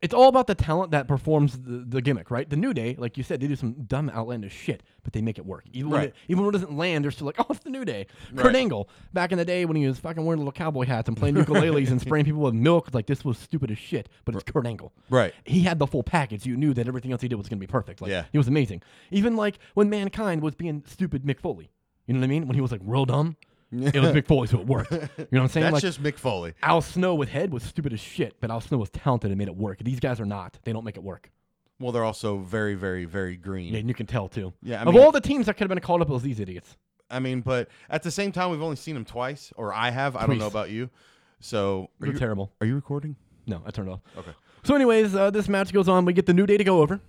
A: it's all about the talent that performs the, the gimmick, right? The New Day, like you said, they do some dumb outlandish shit, but they make it work. Even when,
B: Right.
A: it, even when it doesn't land, they're still like, oh, it's the New Day.
B: Right.
A: Kurt Angle, back in the day when he was fucking wearing little cowboy hats and playing ukuleles and spraying people with milk, like this was stupid as shit, but it's Kurt Angle.
B: Right.
A: He had the full package. You knew that everything else he did was going to be perfect. Like,
B: Yeah.
A: He was amazing. Even like when Mankind was being stupid Mick Foley. You know what I mean? When he was like real dumb, it was Mick Foley, so it worked. You know what I'm saying?
B: that's
A: like,
B: just Mick Foley.
A: Al Snow with head was stupid as shit, but Al Snow was talented and made it work. These guys are not. They don't make it work.
B: Well, they're also very, very, very green.
A: Yeah, and you can tell too.
B: Yeah, I
A: of
B: mean-
A: all the teams that could have been called up, it was these idiots.
B: I mean, but at the same time, we've only seen him twice, or I have. I don't know
A: Twice.
B: about you. So are
A: They're
B: you,
A: terrible.
B: are you recording?
A: No, I turned it off.
B: Okay.
A: So, anyways, uh, this match goes on. We get the new day to go over.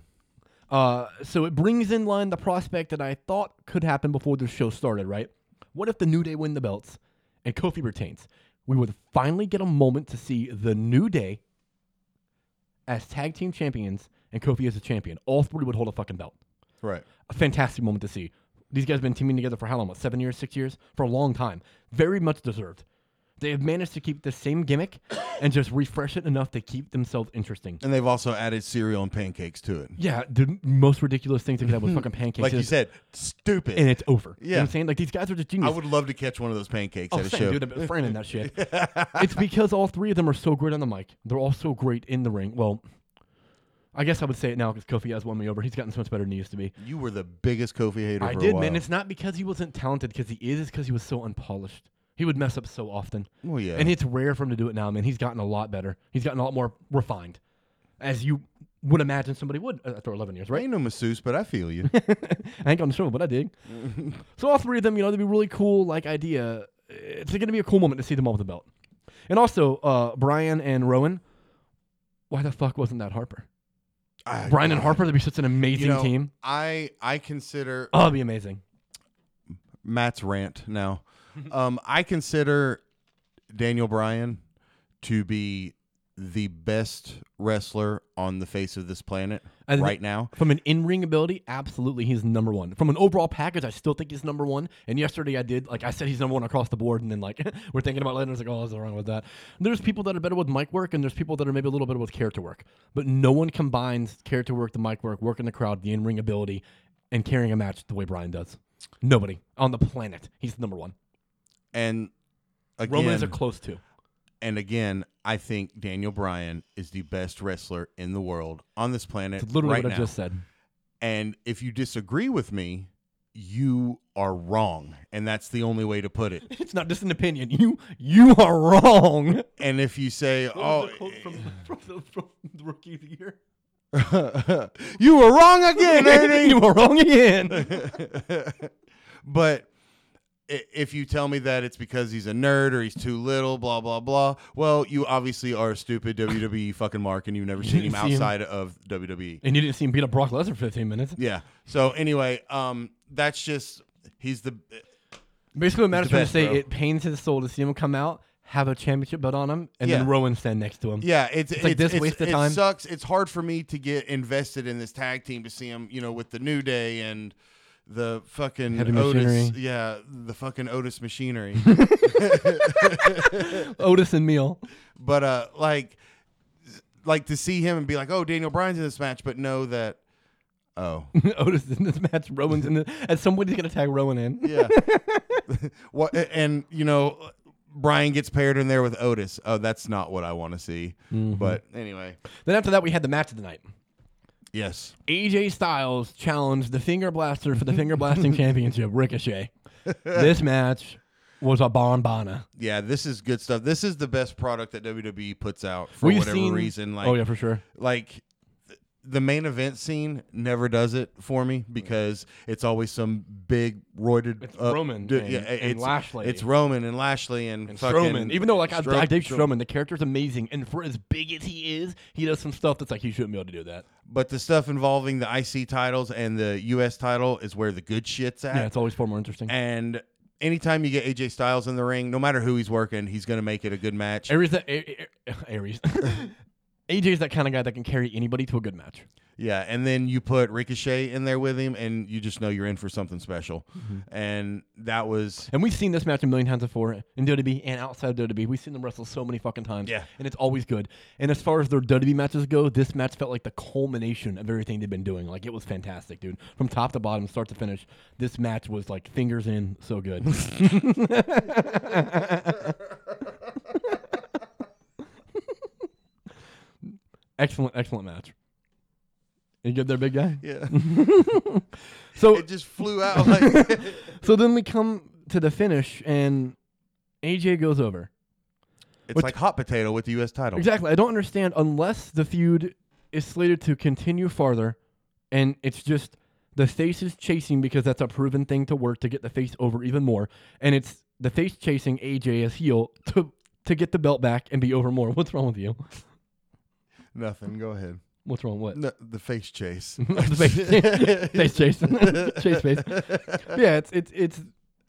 A: Uh, so it brings in line the prospect that I thought could happen before the show started. Right? What if the new day win the belts and Kofi retains? We would finally get a moment to see the new day as tag team champions and Kofi as a champion. All three would hold a fucking belt.
B: Right.
A: a fantastic moment to see. These guys have been teaming together for how long? What, seven years, six years? For a long time. Very much deserved. They have managed to keep the same gimmick and just refresh it enough to keep themselves interesting.
B: And they've also added cereal and pancakes to it.
A: Yeah, the most ridiculous thing to get with fucking pancakes.
B: Like you
A: is-
B: said, stupid.
A: and it's over. You know
B: Yeah.
A: what I'm saying? Like these guys are just
B: I
A: genius.
B: would love to catch one of those pancakes
A: Oh,
B: at a
A: same,
B: show.
A: dude. I'm framing that shit. it's because all three of them are so great on the mic. They're all so great in the ring. Well, I guess I would say it now because Kofi has won me over. He's gotten so much better than he used to be.
B: You were the biggest Kofi hater.
A: I
B: for a
A: did,
B: while.
A: man. It's not because he wasn't talented, because he is. It's because he was so unpolished. He would mess up so often.
B: Well, yeah.
A: And it's rare for him to do it now, man. He's gotten a lot better. He's gotten a lot more refined, as you would imagine somebody would uh, after 11 years,
B: I
A: right?
B: ain't no masseuse, but I feel you.
A: I ain't on the show, but I dig. so all three of them, you know, they'd be really cool, like idea. It's going to be a cool moment to see them all with the belt. And also, uh, Brian and Rowan. Why the fuck wasn't that Harper?
B: I-
A: Brian and Harper, that'd be such an amazing
B: You know, uh,
A: team.
B: I I consider
A: Oh, that'd be amazing.
B: Matt's rant now. um, I consider Daniel Bryan to be the best wrestler on the face of this planet
A: I think-
B: right now.
A: From an in-ring ability, absolutely, he's number one. From an overall package, I still think he's number one. And yesterday, I did like I said, he's number one across the board. And then like we're thinking about Leonard's like, oh, what's wrong with that? There's people that are better with mic work, and there's people that are maybe a little better with character work. But no one combines character work, the mic work, working the crowd, the in-ring ability, and carrying a match the way Brian does. Nobody on the planet. He's number one.
B: And again,
A: Romans are close to.
B: and again, I think Daniel Bryan is the best wrestler in the world on this planet
A: It's literally
B: right
A: what
B: now.
A: I just said.
B: and if you disagree with me, you are wrong, and that's the only way to put it.
A: It's not just an opinion. You you are wrong.
B: And if you say, "Oh,
A: from, from the rookie of the year?
B: you were wrong again," ain't
A: you were wrong again.
B: it? but i- if you tell me that it's because he's a nerd or he's too little, blah blah blah, well, you obviously are a stupid WWE fucking mark, and you've never seen him
A: didn't see him.
B: outside of WWE.
A: And you didn't see him beat up Brock Lesnar for 15 minutes.
B: Yeah. So anyway, um, that's just he's the
A: Basically, what Matt's
B: the
A: trying to
B: best,
A: say,
B: bro.
A: it pains his soul to see him come out, have a championship belt on him, and then
B: Yeah.
A: Rowan stand next to him.
B: Yeah, it's, it's
A: like this waste of
B: it
A: time.
B: sucks. It's hard for me to get invested in this tag team to see him, you know, with the New Day and the fucking
A: Heavy
B: Otis.
A: machinery.
B: Yeah, the fucking Otis machinery.
A: Otis and Meal.
B: but uh, like, like to see him and be like, oh, Daniel Bryan's in this match, but know that, oh,
A: Otis in this match. Rowan's in this. And somebody's going to tag Rowan in.
B: yeah, what, and you know. Brian gets paired in there with Otis. Oh, that's not what I want to see.
A: Mm-hmm.
B: But anyway,
A: Then after that, we had the match of the night.
B: yes.
A: AJ Styles challenged the Finger Blaster for the Finger Blasting Championship, Ricochet. this match was a bonbana.
B: Yeah, this is good stuff. This is the best product that WWE puts out for
A: We've
B: whatever
A: seen-
B: reason. Like,
A: oh, yeah, for sure.
B: like th- the main event scene never does it for me because it's always some big roided.
A: It's
B: up
A: Roman and- and
B: it's,
A: Lashley.
B: It's Roman and Lashley and,
A: And
B: fucking
A: Strowman, even though like I,
B: Stro-
A: I dig
B: Stro-
A: Strowman, the character's amazing, and for as big as he is, he does some stuff that's like he shouldn't be able to do that.
B: but the stuff involving the IC titles and the US title is where the good shit's at.
A: Yeah, it's always far more interesting.
B: and anytime you get AJ Styles in the ring, no matter who he's working, he's going to make it a good match.
A: Aries, that, A- A- Aries. AJ's that kind of guy that can carry anybody to a good match.
B: Yeah, and then you put Ricochet in there with him, and you just know you're in for something special.
A: Mm-hmm.
B: And that was
A: And we've seen this match a million times before in WWE and outside of WWE. We've seen them wrestle so many fucking times.
B: Yeah.
A: And it's always good. And as far as their WWE matches go, this match felt like the culmination of everything they've been doing. Like, it was fantastic, dude. From top to bottom, start to finish, this match was like fingers in, so good. excellent, excellent match. You good there, big guy?
B: yeah,
A: So
B: it just flew out. Like,
A: So then we come to the finish, and AJ goes over.
B: it's
A: What-
B: like hot potato with the U.S. title.
A: Exactly. I don't understand unless the feud is slated to continue farther, and it's just the face is chasing because that's a proven thing to work to get the face over even more, and it's the face chasing AJ as heel to to get the belt back and be over more. What's wrong with you?
B: Nothing. Go ahead.
A: What's wrong? What?
B: No, the face chase.
A: The face, face chase, chase face. Yeah, it's it's it's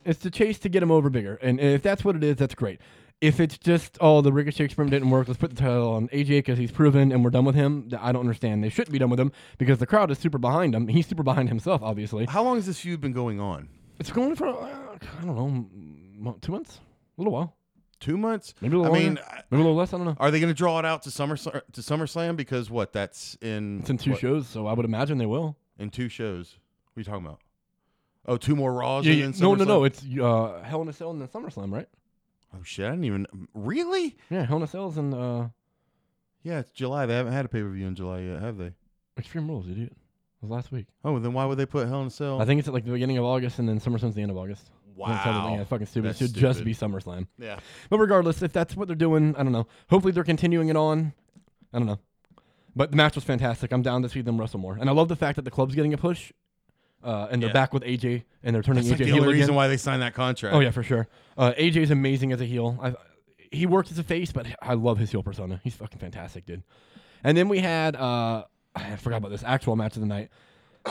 A: it's the chase to get him over bigger, and if that's what it is, that's great. If it's just oh the ricochet experiment didn't work, let's put the title on AJ because he's proven and we're done with him. th- I don't understand. They shouldn't be done with him because the crowd is super behind him. He's super behind himself, obviously.
B: How long has this feud been going on?
A: It's going for uh, I don't know m- mo- two months, a little while,
B: Two months.
A: maybe a little.
B: I mean, uh,
A: longer, maybe a little less. I don't know.
B: are they going to draw it out to Summer to SummerSlam? Because what? That's in
A: It's in two
B: what,
A: shows, so I would imagine they will.
B: in two shows. What are you talking about? Oh, two more Raws.
A: Yeah,
B: and
A: yeah.
B: then
A: No, no, no.
B: SummerSlam?
A: It's uh, Hell in a Cell and then SummerSlam, right?
B: Oh shit! I didn't even really.
A: Yeah, Hell in a Cell's and uh,
B: Yeah, it's July. They haven't had a pay per view in July yet, have they?
A: Extreme Rules, idiot. It was last week.
B: Oh, then why would they put Hell in a Cell?
A: I think it's at like the beginning of August and then SummerSlam's the end of August. That's how they- Yeah, it's fucking stupid.
B: That's
A: it should just
B: stupid.
A: be SummerSlam.
B: Yeah.
A: But regardless, if that's what they're doing, I don't know. Hopefully they're continuing it on. I don't know. But the match was fantastic. I'm down to see them wrestle more. And I love the fact that the club's getting a push. Uh, and they're
B: Yeah.
A: back with AJ and they're turning
B: That's
A: AJ
B: like the
A: heel
B: only
A: again.
B: reason why they signed that contract.
A: Oh yeah, for sure. Uh, AJ's amazing as a heel. I, he works as a face, but I love his heel persona. He's fucking fantastic, dude. And then we had uh, I forgot about this actual match of the night.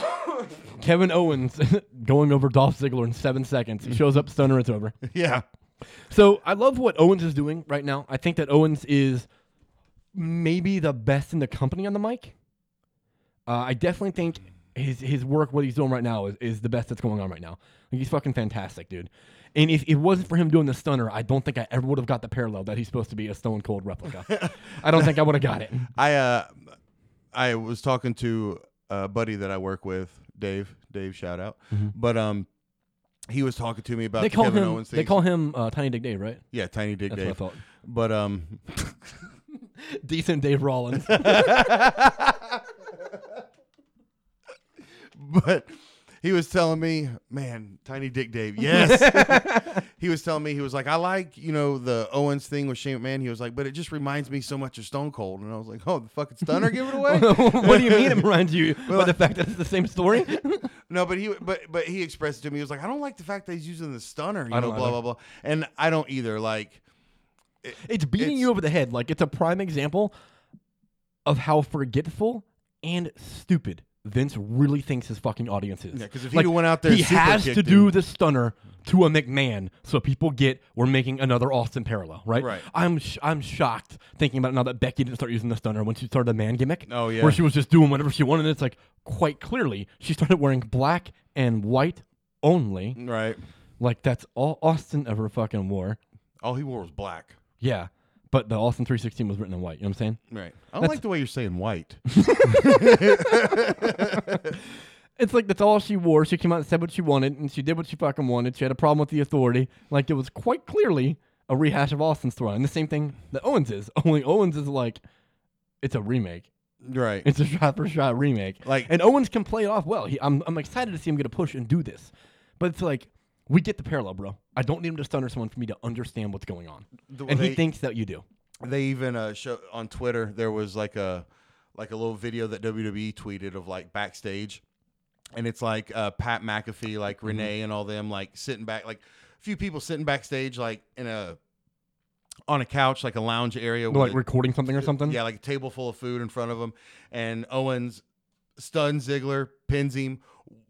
A: Kevin Owens going over Dolph Ziggler in seven seconds. He shows up, stunner, it's over.
B: Yeah.
A: So I love what Owens is doing right now. I think that Owens is maybe the best in the company on the mic. Uh, I definitely think his his work, what he's doing right now, is, is the best that's going on right now. Like, he's fucking fantastic, dude. And if it wasn't for him doing the stunner, I don't think I ever would have got the parallel that he's supposed to be a Stone Cold replica. I don't think I would have got it.
B: I uh, I was talking to a buddy that I work with, Dave. Dave, shout out. But um, he was talking to me about
A: Mm-hmm. They
B: the
A: call
B: Uh, Kevin
A: him
B: Owens
A: they
B: thing.
A: call him uh, Tiny Dick Dave, right?
B: yeah, Tiny Dick
A: That's
B: Dave.
A: what I
B: But um,
A: thought. Decent Dave Rollins.
B: but he was telling me, man, Tiny Dick Dave, yes. he was telling me he was like, I like you know the Owens thing with Shane Man. He was like, but it just reminds me so much of Stone Cold, and I was like, oh, the fucking stunner, give it away.
A: what do you mean it reminds you by the fact that it's the same story?
B: No, but he but but he expressed it to me. He was like, I don't like the fact that he's using the stunner, you
A: I
B: know,
A: don't
B: blah
A: either.
B: blah blah. And I don't either. Like,
A: It's beating
B: It's-
A: you over the head. Like it's a prime example of how forgetful and stupid Vince really thinks his fucking audience is.
B: Yeah, 'cause if he'd
A: like,
B: have went out there
A: he
B: and super
A: has to
B: kicked
A: do
B: him-
A: the stunner to a McMahon, so people get we're making another Austin parallel, right?
B: Right.
A: I'm sh- I'm shocked thinking about it now that Becky didn't start using the stunner when she started the man gimmick.
B: Oh, yeah.
A: where she was just doing whatever she wanted. It's like quite clearly she started wearing black and white only.
B: right?
A: Like that's all Austin ever fucking wore.
B: All he wore was black.
A: Yeah. But the Austin 316 was written in white. You know what I'm saying?
B: Right. I don't like the way you're saying white.
A: It's like that's all she wore. She came out and said what she wanted, and she did what she fucking wanted. She had a problem with the authority. Like it was quite clearly a rehash of Austin's story. And the same thing that Owens is. Only Owens is like, it's a remake.
B: right.
A: It's a shot for shot remake.
B: Like-
A: and Owens can play it off well. He, I'm I'm excited to see him get a push and do this. But it's like we get the parallel, bro. I don't need him to stunner someone for me to understand what's going on.
B: The-
A: and he
B: they-
A: thinks that you do.
B: They even uh, show on Twitter there was like a like a little video that WWE tweeted of like backstage, and it's like uh, Pat McAfee, like
A: Mm-hmm.
B: Renee, and all them like sitting back, like a few people sitting backstage, like in a on a couch, like a lounge area, with
A: Like
B: a-
A: recording something or something.
B: Yeah, like a table full of food in front of him, and Owens stuns Ziggler, pins him,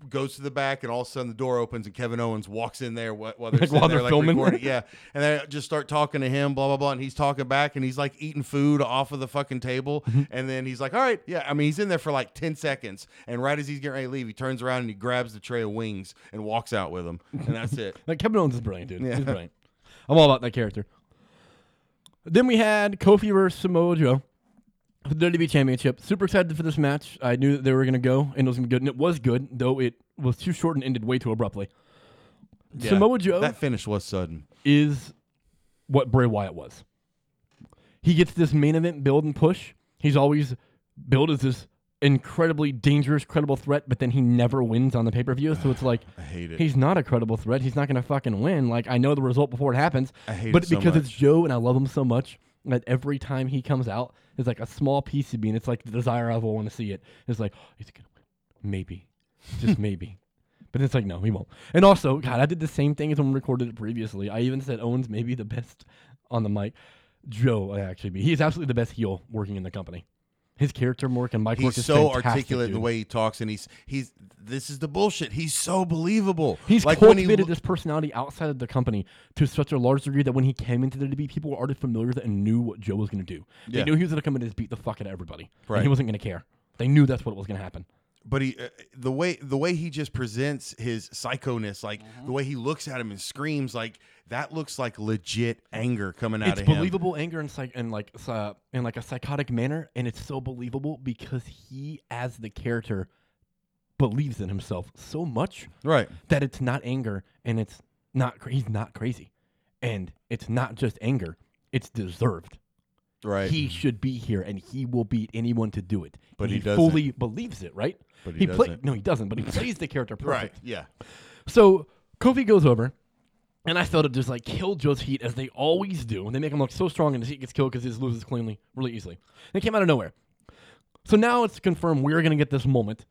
B: goes to the back, and all of a sudden the door opens, and Kevin Owens walks in there wh- while they're,
A: Like,
B: sitting
A: while
B: there,
A: they're filming?
B: recording. Yeah, and they just start talking to him, blah blah blah, and he's talking back, and he's like eating food off of the fucking table,
A: Mm-hmm.
B: and then he's like, "All right, yeah." I mean, he's in there for like ten seconds, and right as he's getting ready to leave, he turns around and he grabs the tray of wings and walks out with them, and that's it.
A: Like Kevin Owens is brilliant, dude.
B: Yeah.
A: He's brilliant. I'm all about that character. Then we had Kofi versus Samoa Joe for the WWE Championship. Super excited for this match. I knew that they were going to go and it was going to be good, and it was good, though it was too short and ended way too abruptly.
B: Yeah.
A: Samoa Joe
B: That finish was sudden.
A: is what Bray Wyatt was. He gets this main event build and push. He's always billed as this incredibly dangerous, credible threat, but then he never wins on the pay per view. So it's like
B: I hate it.
A: he's not a credible threat. He's not going to fucking win. Like I know the result before it happens,
B: I hate
A: but
B: it so
A: because it's
B: much.
A: Joe and I love him so much that every time he comes out, it's like a small piece of me, and it's like the desire I will want to see it. It's like oh, he's gonna win, maybe, just maybe. But it's like no, he won't. And also, God, I did the same thing as when we recorded it previously. I even said Owens may be the best on the mic. Joe, I actually be. He is absolutely the best heel working in the company. His character work and mic work
B: He's
A: is
B: so
A: fantastic,
B: articulate in
A: dude.
B: the way he talks, and he's he's this is the bullshit. He's so believable.
A: He's
B: when he
A: cultivated
B: lo-
A: this personality outside of the company to such a large degree that when he came into the WWE, people were already familiar with it and knew what Joe was going to do. They
B: Yeah.
A: knew he was going to come in and just beat the fuck out of everybody. And he
B: Right.
A: wasn't going to care. They knew that's what was going to happen.
B: but he uh, the way the way he just presents his psychoness, like the way he looks at him and screams, like that looks like legit anger coming out
A: it's
B: of him.
A: believable anger and psych and like uh, in like a psychotic manner, and it's so believable because he, as the character, believes in himself so much
B: Right.
A: that it's not anger and it's not cra- he's not crazy, and it's not just anger; it's deserved.
B: Right.
A: he should be here and he will beat anyone to do it.
B: But
A: And
B: he doesn't.
A: fully believes it, right?
B: But he
A: play-
B: doesn't.
A: no, he doesn't. But he plays the character
B: right.
A: perfect.
B: Yeah.
A: So Kofi goes over, and I felt it just like kill Joe's heat as they always do, and they make him look so strong, and his heat gets killed because he just loses cleanly, really easily. They came out of nowhere. So now it's confirmed we're going to get this moment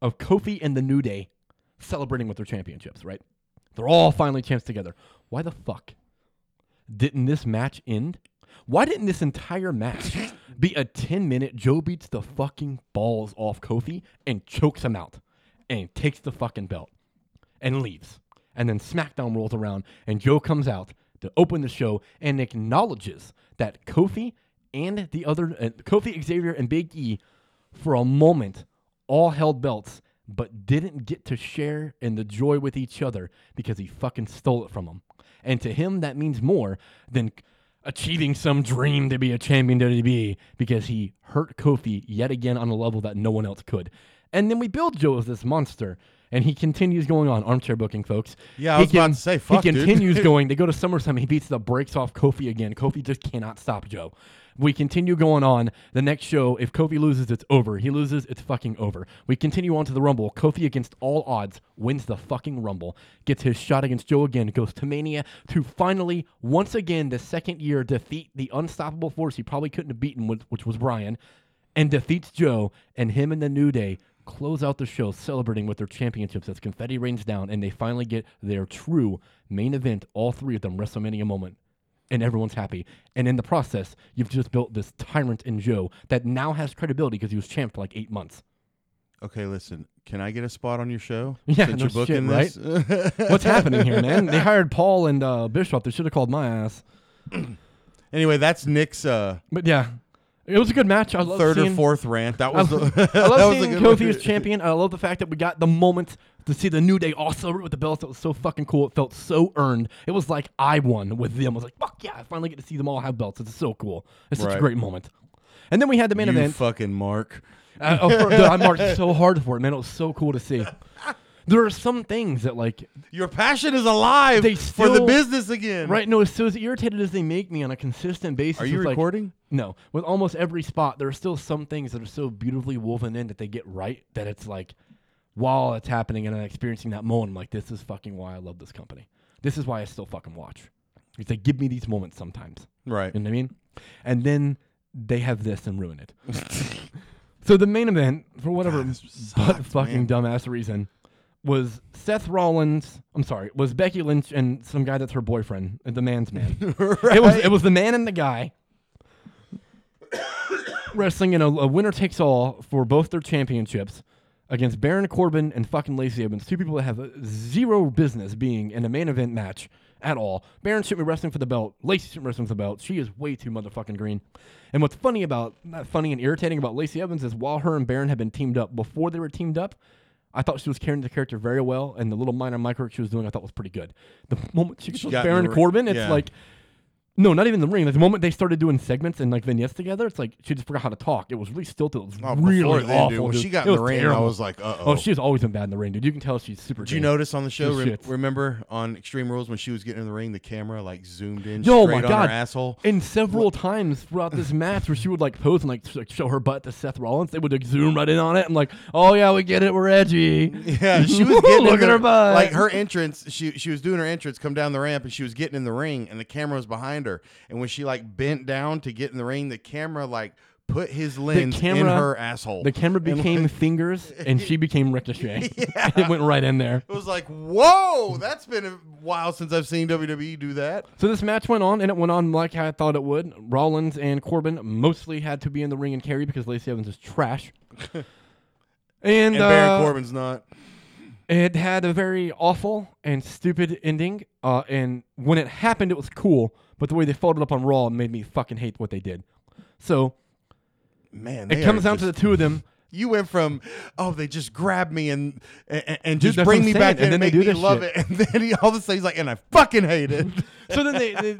A: of Kofi and the New Day celebrating with their championships, right? They're all finally champs together. Why the fuck didn't this match end? Why didn't this entire match be a 10 minute Joe beats the fucking balls off Kofi and chokes him out and takes the fucking belt and leaves? And then SmackDown rolls around and Joe comes out to open the show and acknowledges that Kofi and the other, uh, Kofi, Xavier, and Big E for a moment all held belts but didn't get to share in the joy with each other because he fucking stole it from them. And to him, that means more than achieving some dream to be a champion WWE because he hurt Kofi yet again on a level that no one else could. And then we build Joe as this monster, and he continues going on armchair booking, folks.
B: Yeah, I
A: He
B: was about to say, fuck,
A: He
B: dude.
A: continues going. They go to SummerSlam. He beats the brakes off Kofi again. Kofi just cannot stop Joe. We continue going on. The next show, if Kofi loses, it's over. He loses, it's fucking over. We continue on to the Rumble. Kofi, against all odds, wins the fucking Rumble. Gets his shot against Joe again. Goes to Mania to finally, once again, the second year, defeat the unstoppable force he probably couldn't have beaten, which- which was Brian, and defeats Joe. And him and the New Day close out the show celebrating with their championships as confetti rains down and they finally get their true main event, all three of them, WrestleMania moment. And everyone's happy. And in the process, you've just built this tyrant in Joe that now has credibility because he was champ for like eight months.
B: Okay. Listen. Can I get a spot on your show?
A: Yeah,
B: Since
A: no
B: you're booking
A: shit,
B: this. Uh,
A: What's happening here, man? They hired Paul and uh, Bischoff. They should have called my ass.
B: anyway, that's Nick's uh,
A: But yeah, it was a good match. I love
B: third
A: seeing,
B: or fourth rant. That
A: I
B: was.
A: love,
B: the,
A: I
B: that
A: love
B: was a
A: seeing
B: good
A: Kofi
B: one.
A: as champion. I love the fact that we got the moment to see the New Day all celebrate with the belts. That was so fucking cool. It felt so earned. It was like I won with them. I was like, fuck yeah, I finally get to see them all have belts. It's so cool. It's such a
B: Right.
A: great moment. And then we had the main
B: You
A: event.
B: fucking Mark.
A: I, oh, for- dude, I marked so hard for it, man. It was so cool to see. There are some things that, like,
B: Your passion is alive
A: They
B: for the
A: still-
B: business again.
A: right now, so as irritated as they make me on a consistent basis,
B: Are you
A: with, like,
B: recording?
A: No, with almost every spot, there are still some things that are so beautifully woven in that they get right that it's like, while it's happening and I'm experiencing that moment, I'm like, this is fucking why I love this company. This is why I still fucking watch. Because they give me these moments sometimes.
B: Right.
A: You know what I mean? And then they have this and ruin it. so the main event, for whatever
B: God, this
A: but
B: sucked,
A: fucking dumbass reason, was Seth Rollins. I'm sorry, was Becky Lynch and some guy that's her boyfriend, uh, the man's man. It was it was the man and the guy wrestling in a, a winner takes all for both their championships. against Baron Corbin and fucking Lacey Evans, two people that have zero business being in a main event match at all. Baron shouldn't be wrestling for the belt. Lacey shouldn't be wrestling for the belt. She is way too motherfucking green. And what's funny about, not funny and irritating about Lacey Evans is while her and Baron had been teamed up, before they were teamed up, I thought she was carrying the character very well, and the little minor mic work she was doing, I thought was pretty good. The moment she gets with
B: got in
A: Baron
B: the ring.
A: Corbin, it's
B: Yeah.
A: like, no, not even the ring. Like the moment they started doing segments and like vignettes together, it's like she just forgot how to talk. It was really stilted. It was
B: Oh, before
A: really
B: then,
A: awful.
B: dude, when
A: dude.
B: she got
A: It
B: in the ring, I
A: terrible.
B: was like, uh
A: Oh, she's always been bad in the ring, dude. You can tell she's super.
B: Did you
A: gay.
B: notice on the show?
A: She's
B: rem-
A: shit.
B: remember on Extreme Rules when she was getting in the ring, the camera like zoomed in
A: Yo,
B: straight
A: my
B: on
A: god,
B: her asshole.
A: And several times throughout this match, where she would like pose and like, sh- like show her butt to Seth Rollins, they would like zoom right in on it. I'm like, oh yeah, we get it. We're edgy.
B: Yeah, she was getting in
A: Look at
B: the-
A: her butt.
B: Like her entrance, she she was doing her entrance, come down the ramp, and she was getting in the ring, and the camera was behind her. And when she like bent down to get in the ring, the camera like put his lens in
A: camera-
B: her asshole.
A: The camera
B: And,
A: became
B: like,
A: fingers, and she became ricochet. it went right in there.
B: it was like, whoa, that's been a while since I've seen WWE do that.
A: So this match went on, and it went on like I thought it would. Rollins and Corbin mostly had to be in the ring and carry because Lacey Evans is trash. and
B: And Baron
A: uh,
B: Corbin's not.
A: It had a very awful and stupid ending. Uh, and when it happened, it was cool. But the way they followed it up on Raw made me fucking hate what they did. So
B: Man,
A: it
B: they
A: comes
B: are
A: down
B: just-
A: to the two of them.
B: You went from oh they just grabbed me and and, and just
A: that's
B: bring
A: what
B: me
A: I'm
B: back in
A: saying,
B: and,
A: and
B: make
A: then they
B: me
A: do this
B: love
A: shit.
B: it, and then he, all of a sudden he's like, and I fucking hate it.
A: So then they, they,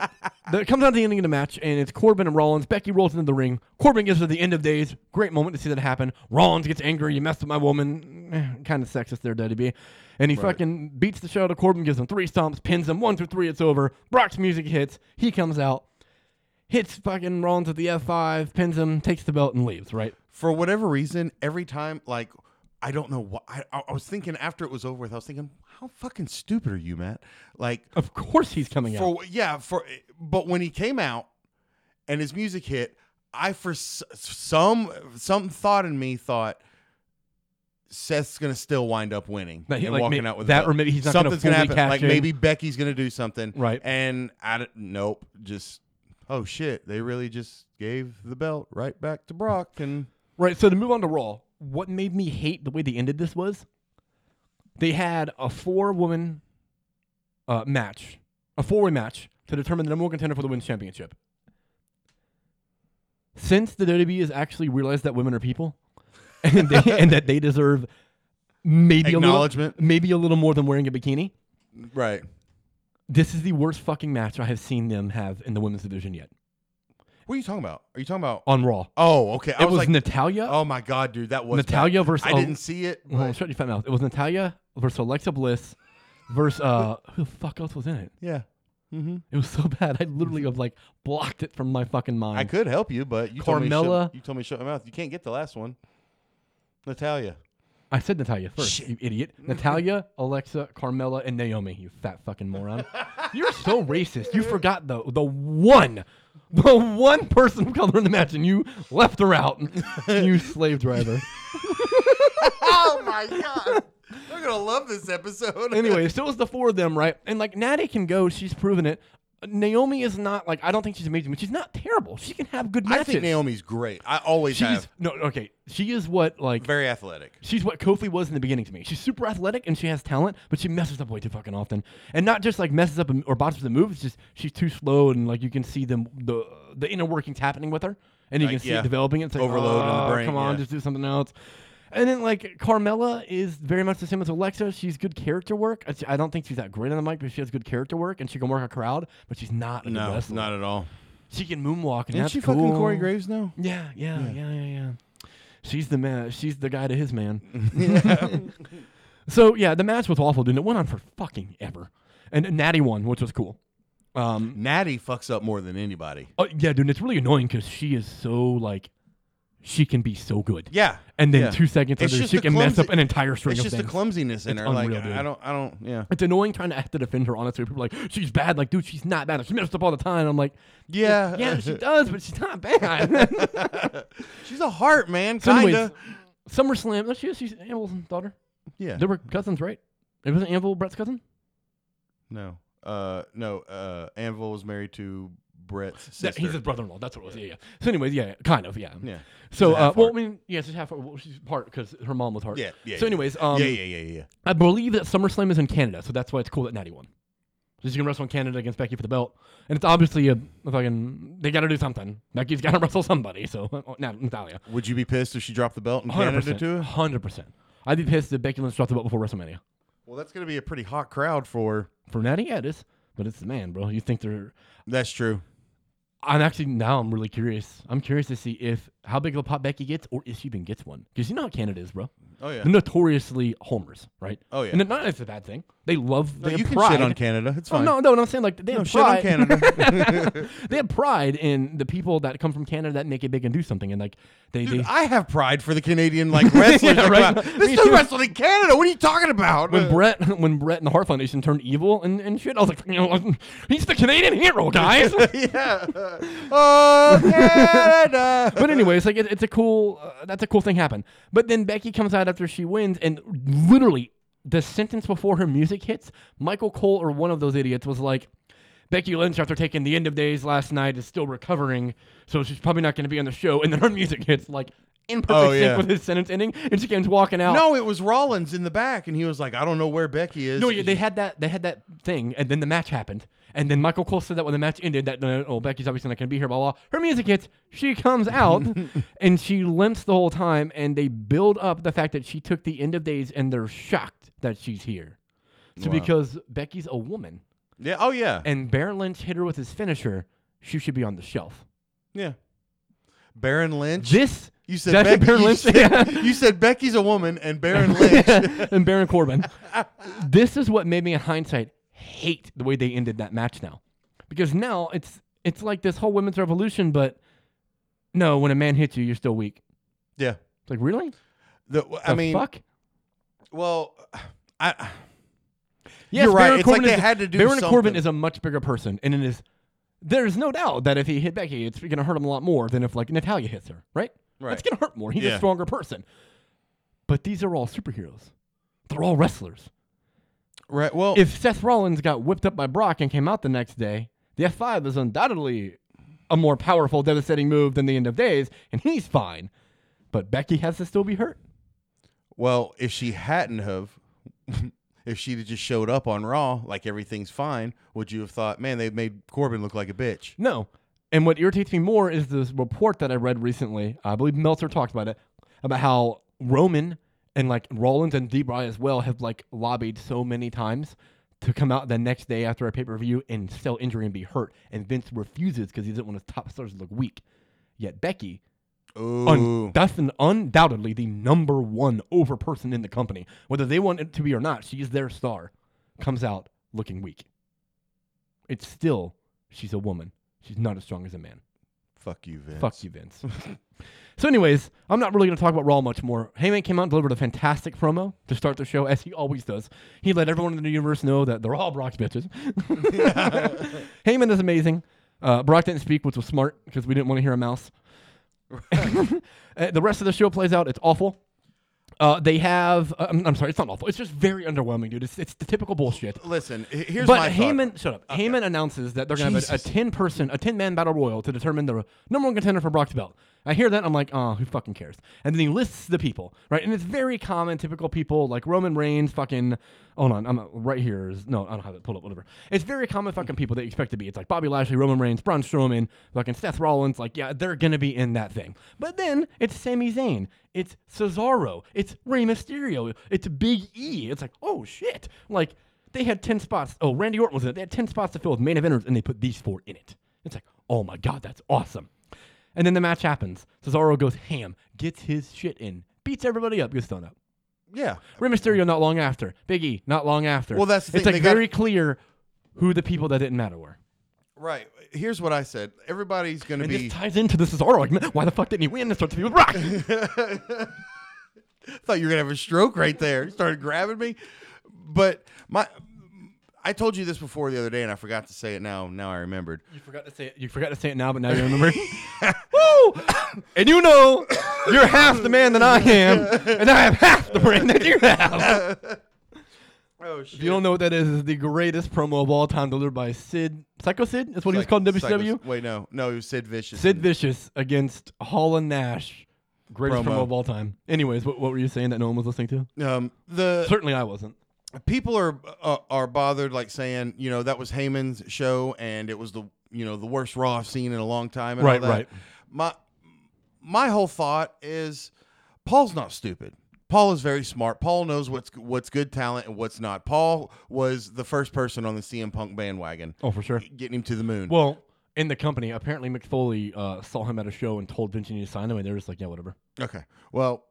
A: the- it comes down to the ending of the match, and it's Corbin and Rollins. Becky rolls into the ring. Corbin gives her the end of days. Great moment to see that happen. Rollins gets angry. You messed with my woman. kind of sexist there, WB. And he fucking beats the shit out of Corbin, gives him three stomps, pins him. One, two, three, it's over. Brock's music hits. He comes out, hits fucking Rollins with the F5, pins him, takes the belt, and leaves, right?
B: For whatever reason, every time like I don't know why I, I I was thinking after it was over with, I was thinking how fucking stupid are you, Matt? Like
A: Of course he's coming out.
B: for yeah for but when he came out and his music hit, I for s- some some thought in me thought. Seth's gonna still wind up winning
A: That he-
B: and
A: like,
B: walking
A: may-
B: out with the
A: that,
B: belt.
A: or maybe he's not
B: something's
A: gonna
B: gonna,
A: fully cash
B: happen. Like
A: in.
B: maybe Becky's gonna do something,
A: Right.
B: And I don't- nope, just oh shit, they really just gave the belt right back to Brock, and
A: Right. So to move on to Raw, what made me hate the way they ended this was they had a four woman uh, match, a four way match to determine the number one contender for the women's championship. Since the WWE has actually realized that women are people and, they, and that they deserve maybe a little,
B: Acknowledgement.
A: maybe a little more than wearing a bikini,
B: right,
A: this is the worst fucking match I have seen them have in the women's division yet
B: what are you talking about? Are you talking about?
A: on Raw.
B: Oh, okay,
A: It
B: I was,
A: was,
B: like,
A: Natalia.
B: oh my god, dude, that was
A: Natalia
B: bad.
A: versus
B: I
A: Al-
B: didn't see it.
A: Well,
B: but-
A: shut your fat mouth. It was Natalia versus Alexa Bliss versus uh who the fuck else was in it?
B: yeah, mm-hmm.
A: It was so bad. I literally have like blocked it from my fucking mind.
B: I could help you, but you told me to shut-
A: Mm. Carmella.
B: you told me to shut my mouth. You can't get the last one, Natalia.
A: I said Natalia first, you idiot. Natalia, Alexa, Carmella, and Naomi, you fat fucking moron. You're so racist. You forgot the the one the one person of color in the match and you left her out. you slave driver.
B: oh my god, they're gonna love this episode.
A: anyway, so it was the four of them, right? And like Natty can go, she's proven it. Naomi is not like I don't think she's amazing, but she's not terrible. She can have good
B: I
A: matches.
B: think Naomi's great. I always
A: She's
B: have
A: no okay. She is what like
B: very athletic.
A: she's what Kofi was in the beginning to me. She's super athletic and she has talent, but she messes up way too fucking often. And not just like messes up or botches the move. It's just she's too slow and like you can see them the the inner workings happening with her, and you
B: Like,
A: can see
B: yeah.
A: it developing. It's like
B: Overload in the
A: "Oh,
B: brain,
A: Come on,
B: yeah.
A: just do something else. And then like Carmella is very much the same as Alexa. She's good character work. I- I don't think she's that great on the mic, but she has good character work and she can work a crowd. But she's not a good
B: No,
A: wrestler.
B: not at all.
A: She can moonwalk and that's cool.
B: Graves now?
A: Yeah, yeah, yeah, yeah, yeah. She's the man. She's the guy to his man. so yeah, the match was awful, dude. It went on for fucking ever, and Natty won, which was cool. Um,
B: Natty fucks up more than anybody.
A: oh, yeah, dude, it's really annoying because she is so like, she can be so good.
B: Yeah,
A: And then
B: yeah.
A: two seconds
B: It's
A: later,
B: just
A: she
B: the
A: can mess
B: clumsy-
A: up an entire string
B: It's
A: of
B: just the
A: things.
B: clumsiny in
A: It's
B: her. Like
A: unreal, dude.
B: I don't, I don't. Yeah,
A: it's annoying trying to have to defend her honestly. People are like, she's bad. Like, dude, she's not bad. She messed up all the time. I'm like,
B: yeah,
A: yeah, she does, but she's not bad.
B: She's a heart man,
A: so
B: kinda.
A: anyways, SummerSlam. No, she is. She's Anvil's daughter.
B: yeah.
A: They were cousins, right? It wasn't Anvil Brett's cousin?
B: No. Uh, no. Uh, Anvil was married to Brett's
A: That-
B: sister.
A: he's his brother-in-law. That's what it was. Yeah. yeah. So, anyways, yeah, kind of, yeah.
B: yeah.
A: So,
B: She's a
A: uh,
B: half
A: well, I
B: heart.
A: mean, yeah, she's half well, she's part because her mom was hard.
B: Yeah, yeah,
A: So,
B: yeah.
A: anyways, um,
B: yeah, yeah, yeah, yeah, yeah.
A: I believe that SummerSlam is in Canada, so that's why it's cool that Natty won. She's gonna wrestle in Canada against Becky for the belt, and it's obviously a, a fucking. They got to do something. Becky's got to wrestle somebody. So now Natalia,
B: Would you be pissed if she dropped the belt in
A: hundred
B: Canada
A: percent,
B: too?
A: hundred percent. I'd be pissed if Becky Lynch dropped the belt before WrestleMania.
B: Well, that's gonna be a pretty hot crowd for.
A: For Natty, yeah, it is, but it's the man, bro. You think they're?
B: That's true.
A: I'm actually now. I'm really curious. I'm curious to see if how big of a pop Becky gets, or if she even gets one, because you know how Canada is, bro.
B: Oh yeah.
A: They're notoriously homers, right?
B: Oh, yeah.
A: And not that it's a bad thing. They love.
B: No,
A: they
B: you
A: have
B: can
A: pride.
B: shit on Canada. It's
A: Oh,
B: fine.
A: no, no, no, I'm saying like they
B: No,
A: have
B: shit on
A: pride.
B: Canada.
A: they have pride in the people that come from Canada that make it big and do something, and like they, they
B: Dude, I have pride for the Canadian like wrestlers.
A: Yeah,
B: that
A: right?
B: come out.
A: Me
B: This dude
A: too.
B: wrestled in Canada. What are you talking about?
A: when Brett when Brett and the Heart Foundation turned evil and, and shit, I was like, you know, he's the Canadian hero, guys.
B: yeah. Oh, Canada.
A: but anyways, like it, it's a cool uh, that's a cool thing happened. But then Becky comes out after she wins, and literally the sentence before her music hits, Michael Cole or one of those idiots was like. Becky Lynch, after taking the end of days last night, is still recovering, so she's probably not going to be on the show. And then her music hits like in perfect
B: Oh,
A: sync
B: yeah.
A: with his sentence ending, and she comes walking out.
B: No, it was Rollins in the back, and he was like, "I don't know where Becky is."
A: No, yeah, they had that. They had that thing, and then the match happened, and then Michael Cole said that when the match ended, that uh, oh Becky's obviously not gonna be here, blah blah. blah. Her music hits, she comes out, and she limps the whole time, and they build up the fact that she took the end of days, and they're shocked that she's here, so
B: Wow.
A: because Becky's a woman,
B: Yeah. Oh yeah.
A: and Baron Lynch hit her with his finisher, she should be on the shelf.
B: yeah. Baron Lynch.
A: This
B: You said
A: That's
B: Becky.
A: Baron
B: you
A: Lynch,
B: said-
A: yeah.
B: you said Becky's a woman, and Baron Lynch.
A: and Baron Corbin. this is what made me, in hindsight, hate the way they ended that match now, because now it's it's like this whole women's revolution, but no, when a man hits you, you're still weak.
B: yeah.
A: It's like really?
B: The, I
A: The
B: mean,
A: fuck.
B: well, I.
A: Yes,
B: You're right.
A: Baron
B: It's like
A: Corbin
B: they
A: is-
B: had to do
A: Baron Corbin
B: something.
A: is a much bigger person, and it is. There's no doubt that if he hit Becky, it's going to hurt him a lot more than if like Natalia hits her, right?
B: Right.
A: It's going to hurt more. He's a
B: Yeah.
A: stronger person. But these are all superheroes. They're all wrestlers.
B: Right. Well,
A: if Seth Rollins got whipped up by Brock and came out the next day, the F5 is undoubtedly a more powerful, devastating move than the end of days, and he's fine. But Becky has to still be hurt.
B: well, if she hadn't have, if she'd have just showed up on Raw like everything's fine, would you have thought, man, they made Corbin look like a bitch?
A: No. And what irritates me more is this report that I read recently. I believe Meltzer talked about it, about how Roman and like Rollins and Debray as well have like lobbied so many times to come out the next day after a pay per view and sell injury and be hurt. And Vince refuses because he doesn't want his top stars to look weak. Yet Becky
B: Ooh.
A: un- that's an undoubtedly the number one over person in the company. Whether they want it to be or not, she's their star. Comes out looking weak. It's still she's a woman. She's not as strong as a man.
B: Fuck you, Vince.
A: Fuck you, Vince. so, anyways, I'm not really going to talk about Raw much more. Heyman came out and delivered a fantastic promo to start the show, as he always does. He let everyone in the universe know that they're all Brock's bitches. Heyman is amazing. Uh, Brock didn't speak, which was smart because we didn't want to hear a mouse. Uh, the rest of the show plays out. It's awful. Uh, they have. uh, I'm, I'm sorry, it's not awful. It's just very underwhelming, dude. It's, it's the typical bullshit.
B: Listen, h- here's my
A: But
B: thought.
A: Heyman, shut up. Heyman announces that they're going to have a- a,
B: Jesus.
A: ten person, a ten man battle royal to determine the number one contender for Brock's belt. I hear that I'm like, oh, who fucking cares? And then he lists the people, right? And it's very common, typical people like Roman Reigns, fucking. Hold on, I'm uh, right here. Is, no, I don't have it pulled up. Whatever. It's very common fucking people that you expect to be. It's like Bobby Lashley, Roman Reigns, Braun Strowman, fucking Seth Rollins. Like, yeah, they're gonna be in that thing. But then it's Sami Zayn, it's Cesaro, it's Rey Mysterio, it's Big E. It's like, oh shit, like. They had 10 spots. Oh, Randy Orton was in it. They had 10 spots to fill with main eventers, and they put these four in it. It's like, oh my God, that's awesome. And then the match happens. Cesaro goes ham, gets his shit in, beats everybody up, gets thrown up.
B: Yeah.
A: Rey Mysterio not long after. Big E not long after.
B: Well, that's the
A: It's
B: thing,
A: like
B: they got-
A: very clear who the people that didn't matter were.
B: Right. Here's what I said. Everybody's going to
A: And
B: be.
A: this ties into the Cesaro argument. Why the fuck didn't he win? This starts to be with Rock.
B: thought you were gonna have a stroke right there. You started grabbing me. But my I told you this before the other day and I forgot to say it now. Now I remembered.
A: You forgot to say it. You forgot to say it now, but now you remember. Woo! And you know, you're half the man that I am, and I have half the brain that you have.
B: Oh shit.
A: If you don't know what that is, it's the greatest promo of all time delivered by Sid. Psycho Sid? That's what he was called in WCW?
B: Wait, no, no, it was Sid Vicious.
A: Sid Vicious against Hall and Nash. Greatest promo.
B: Promo.
A: of all time. Anyways, what, what were you saying that no one was listening to?
B: Um, the
A: Certainly I wasn't.
B: people are uh, are bothered, like saying, you know, that was Heyman's show, and it was the you know the worst Raw I've seen in a long time. And
A: Right,
B: all that.
A: right.
B: My my whole thought is, Paul's not stupid. Paul is very smart. Paul knows what's what's good talent and what's not. Paul was the first person on the CM Punk bandwagon,
A: Oh, for sure.
B: getting him to the moon.
A: Well, in the company, apparently McFoley uh, saw him at a show and told Vinci to sign him, and they were just like, yeah, whatever.
B: Okay. Well,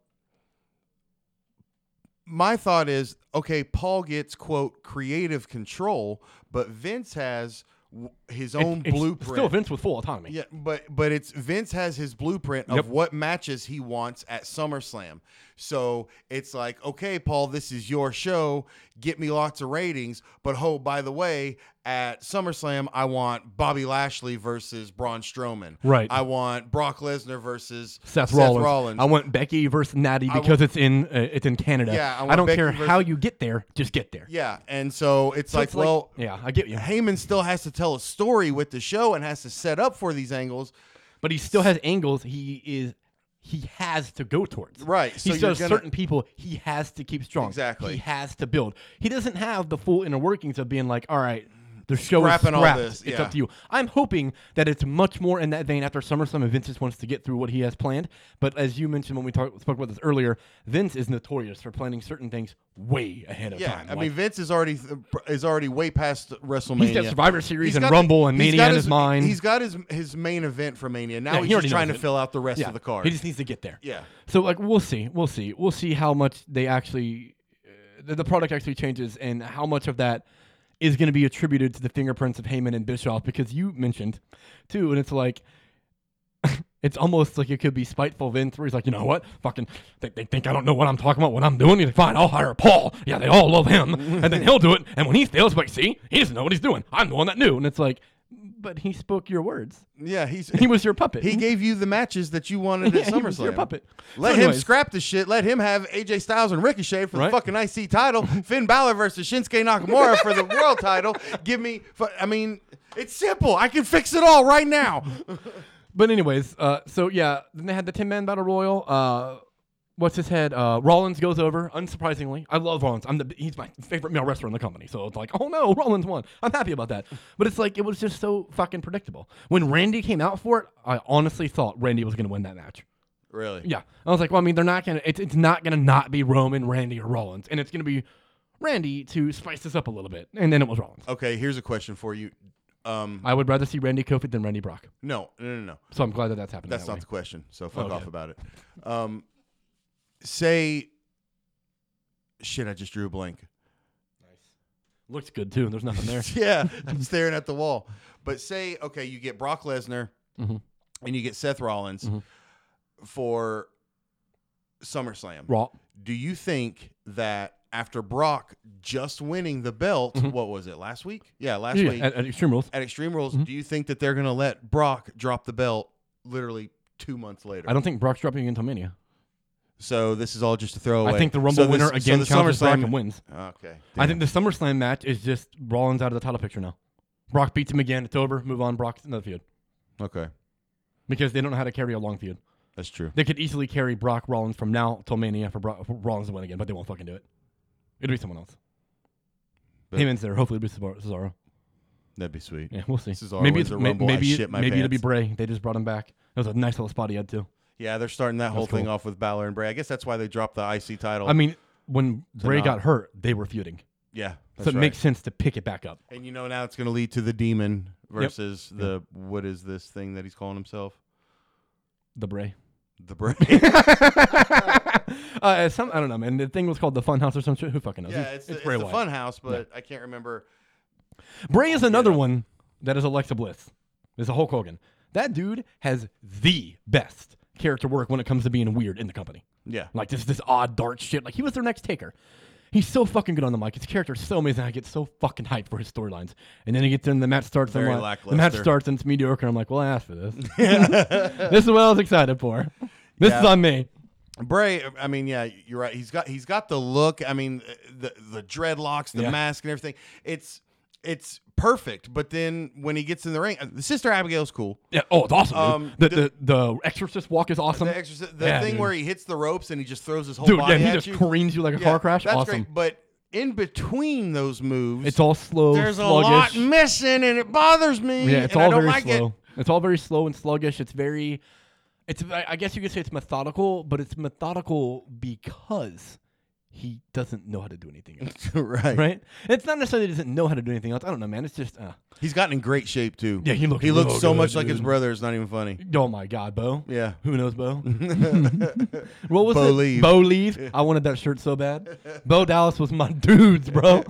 B: my thought is okay, Paul gets, quote, creative control, but Vince has w- his
A: It-
B: own
A: it's
B: blueprint.
A: Still Vince with full autonomy.
B: Yeah, but but it's Vince has his blueprint
A: Yep.
B: of what matches he wants at SummerSlam. So it's like, okay, Paul, this is your show. Get me lots of ratings. But oh, by the way, at SummerSlam, I want Bobby Lashley versus Braun Strowman.
A: Right.
B: I want Brock Lesnar versus
A: Seth, Rollins.
B: Rollins.
A: I want Becky versus Natty
B: want-
A: because it's in uh, it's in Canada.
B: Yeah, I
A: I,
B: want
A: don't
B: Becky
A: care
B: versus-
A: how you get there, just get there.
B: Yeah, and so it's
A: So
B: like,
A: it's
B: well,
A: yeah, I get you,
B: Heyman still has to tell a story with the show and has to set up for these angles.
A: but he still has angles. He is he has to go towards.
B: Right, so
A: he
B: you're
A: still has
B: gonna-
A: certain people he has to keep strong.
B: Exactly.
A: He has to build. He doesn't have the full inner workings of being like, all right. The show
B: Scrapping
A: is
B: all
A: scrapped.
B: this,
A: It's
B: yeah.
A: up to you. I'm hoping that it's much more in that vein after SummerSlam, and Vince just wants to get through what he has planned. But as you mentioned when we talk, spoke about this earlier, Vince is notorious for planning certain things way ahead of
B: Yeah,
A: time.
B: I
A: Like,
B: mean Vince is already is already way past WrestleMania.
A: He's got Survivor Series
B: He's
A: and
B: got-
A: Rumble and
B: he's
A: Mania
B: got
A: in
B: his-
A: his mind.
B: He's got his his main event for Mania. Now
A: Yeah, he
B: he's
A: already
B: just trying to
A: knows it.
B: fill out the rest of the card.
A: He just needs to get there.
B: yeah,
A: So like we'll see, we'll see, we'll see how much they actually, uh, the- the product actually changes, and how much of that is going to be attributed to the fingerprints of Heyman and Bischoff, because you mentioned too, and it's like. It's almost like it could be spiteful Vince, where he's like, you know what, fucking, they, they think I don't know what I'm talking about, what I'm doing. He's like, fine, I'll hire Paul. Yeah, they all love him, and then he'll do it. And when he fails, like, see, he doesn't know what he's doing. I'm the one that knew, and it's like, but he spoke your words.
B: yeah. He's
A: He was your puppet.
B: he gave you the matches that you wanted
A: Yeah,
B: at
A: he was
B: SummerSlam.
A: your puppet.
B: Let
A: So
B: him
A: anyways-
B: scrap the shit. Let him have AJ Styles and Ricochet for
A: Right.
B: the fucking IC title. Finn Balor versus Shinsuke Nakamura for the world title. Give me. fu- I mean, it's simple. I can fix it all right now.
A: But anyways, uh, so yeah, then they had the ten man battle royal. Uh, what's his head? Uh, Rollins goes over. Unsurprisingly, I love Rollins. I'm the he's my favorite male wrestler in the company. So it's like, oh no, Rollins won. I'm happy about that. But it's like it was just so fucking predictable. When Randy came out for it, I honestly thought Randy was gonna win that match.
B: Really?
A: Yeah, I was like, well, I mean, they're not gonna. It's, it's not gonna not be Roman, Randy, or Rollins, and it's gonna be Randy to spice this up a little bit. And then it was Rollins.
B: Okay. Here's a question for you. Um,
A: I would rather see Randy Kofi than Randy Brock.
B: no, no, no, no.
A: So I'm glad that that's happening.
B: That's
A: that
B: not
A: way.
B: the question. So fuck
A: Okay.
B: off about it. Um, say, shit. I just drew a blank.
A: Looks good too, and there's nothing there.
B: yeah, I'm staring at the wall. But say, okay, you get Brock Lesnar
A: Mhm.
B: and you get Seth Rollins
A: Mhm.
B: for SummerSlam.
A: Raw.
B: Do you think that after Brock just winning the belt, what was it last week? Yeah, last
A: Mm-hmm. Yeah,
B: week
A: at, Mm-hmm.
B: at,
A: at Extreme Rules.
B: Extreme Rules, do you think that they're gonna let Brock drop the belt literally two months later?
A: I don't think Brock's dropping against Mania.
B: so this is all just a throwaway.
A: I think the Rumble
B: So this-
A: winner
B: so
A: again
B: the
A: challenges Brock
B: SummerSlam-
A: and wins.
B: Okay.
A: I think the SummerSlam match is just Rollins out of the title picture now. Brock beats him again. It's over. Move on. Brock's another feud
B: Okay.
A: because they don't know how to carry a long feud.
B: That's true.
A: They could easily carry Brock Rollins from now till Mania for, Brock, for Rollins to win again, but they won't fucking do it. It'll be someone else.
B: But-
A: Heyman's there. Hopefully, it'll be Cesaro- Cesaro.
B: That'd be sweet.
A: Yeah, we'll see.
B: Cesaro
A: maybe
B: wins
A: it's
B: the
A: may-
B: Rumble. I
A: maybe
B: shit my
A: maybe it'll be
B: pants.
A: Bray. They just brought him back. That was a nice little spot he had too.
B: Yeah, they're starting that whole thing
A: cool.
B: off with Balor and Bray. I guess that's why they dropped the IC title.
A: I mean, when Bray
B: not-
A: got hurt, they were feuding,
B: yeah, that's
A: so it
B: right.
A: makes sense to pick it back up.
B: And you know now it's going to lead to the demon versus the what is this thing that he's calling himself?
A: The Bray.
B: The Bray.
A: uh, some I don't know, man. The thing was called the Fun House or some shit. Who fucking knows?
B: yeah, it's, the, it's
A: Bray
B: the
A: Wyatt.
B: fun house, but I can't remember.
A: Bray is another one that is Alexa Bliss. Is a Hulk Hogan. That dude has the best character work when it comes to being weird in the company.
B: Yeah,
A: Like this this odd dark shit. Like he was their next taker. He's so fucking good on the mic. His character is so amazing. I get so fucking hyped for his storylines. And then he gets in the match starts.
B: Very
A: I'm like, the match
B: lackluster.
A: starts and it's mediocre. I'm like, well, I asked for this. this is what I was excited for. This is
B: Yeah.
A: on me.
B: Bray, I mean, yeah, you're right. He's got he's got the look. I mean, the the dreadlocks, the
A: Yeah.
B: mask, and everything. It's it's perfect. But then when he gets in the ring, uh, Sister Abigail's cool.
A: Yeah. Oh, it's awesome.
B: Um,
A: dude. The,
B: the-
A: the, the Exorcist walk is awesome.
B: The exorci- the
A: Um, Yeah,
B: thing
A: dude.
B: where he hits the ropes and he just throws his whole
A: dude,
B: body
A: yeah, he
B: at
A: just
B: you.
A: careens you like a car crash.
B: That's
A: awesome.
B: great. But in between those moves,
A: It's all slow,
B: there's a
A: sluggish.
B: lot missing, and it bothers me.
A: yeah, it's
B: and I
A: all
B: don't
A: very
B: like
A: slow.
B: it.
A: It's all very slow and sluggish. It's very, it's. I I guess you could say it's methodical, but it's methodical because he doesn't know how to do anything else,
B: right.
A: right? And it's not necessarily that he doesn't know how to do anything else. I don't know, man. It's just, uh,
B: He's gotten in great shape too.
A: Yeah, he looks
B: he looks
A: real
B: so
A: good,
B: much like his
A: dude.
B: brother. It's not even funny.
A: oh my god, Bo.
B: Yeah.
A: Who knows, Bo? what was
B: Bo
A: it?
B: Leave.
A: Bo Leave. I wanted that shirt so bad. Bo Dallas was my dudes, bro.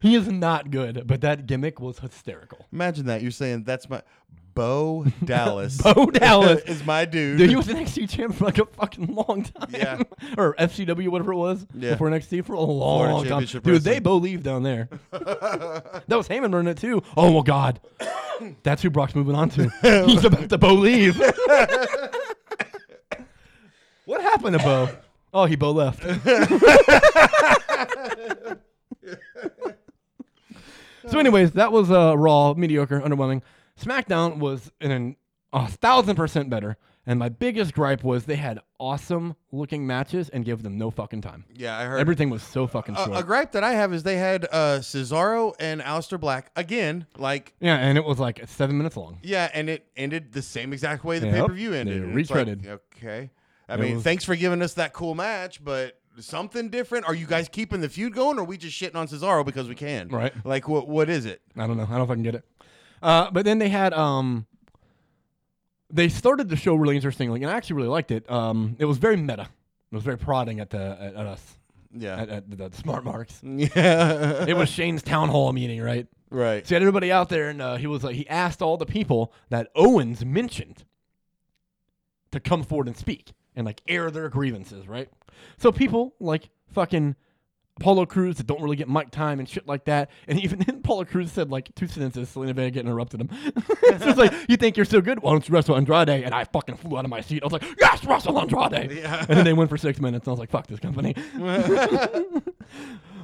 A: he is not good, but that gimmick was hysterical.
B: Imagine that. You're saying that's my Bo Dallas.
A: Bo Dallas.
B: is my dude.
A: Dude, he was an NXT champ for like a fucking long time.
B: Yeah.
A: or FCW, whatever it was.
B: Yeah.
A: Before NXT for a
B: Florida
A: long time.
B: Championship
A: Oh, Dude, they
B: Wrestling.
A: believe down there. that was Heyman running it too. Oh, well, God. That's who Brock's moving on to. He's about to believe. what happened to Bo? Oh, he Bo left. so, anyways, that was uh, Raw, mediocre, underwhelming. SmackDown was in an, a thousand percent better. And my biggest gripe was they had awesome looking matches and gave them no fucking time.
B: yeah, I heard.
A: Everything was so fucking
B: a,
A: short.
B: a gripe that I have is they had uh, Cesaro and Aleister Black again. Like
A: yeah, and it was like seven minutes long.
B: yeah, and it ended the same exact way the
A: Yep.
B: pay per view ended.
A: They
B: And it's like,
A: retreaded.
B: okay, I
A: It
B: mean,
A: was-
B: thanks for giving us that cool match, but something different. Are you guys keeping the feud going, or are we just shitting on Cesaro because we can?
A: Right.
B: Like what? What is it?
A: I don't know. I don't fucking get it. Uh, but then they had um, they started the show really interestingly, and I actually really liked it. Um, it was very meta. It was very prodding at the at, at us
B: Yeah.
A: at, at the, the smart marks.
B: Yeah.
A: It was Shane's town hall meeting, right?
B: right.
A: So he had everybody out there, and uh, he was like, he asked all the people that Owens mentioned to come forward and speak and like air their grievances, right? So people like fucking Apollo Cruz that don't really get mic time and shit like that. And even then, Apollo Cruz said like two sentences. Selena Vega interrupted him. so it's like, you think you're so good? Why don't you wrestle Andrade? And I fucking flew out of my seat. I was like, yes, wrestle Andrade.
B: Yeah.
A: And then they went for six minutes, and I was like, fuck this company.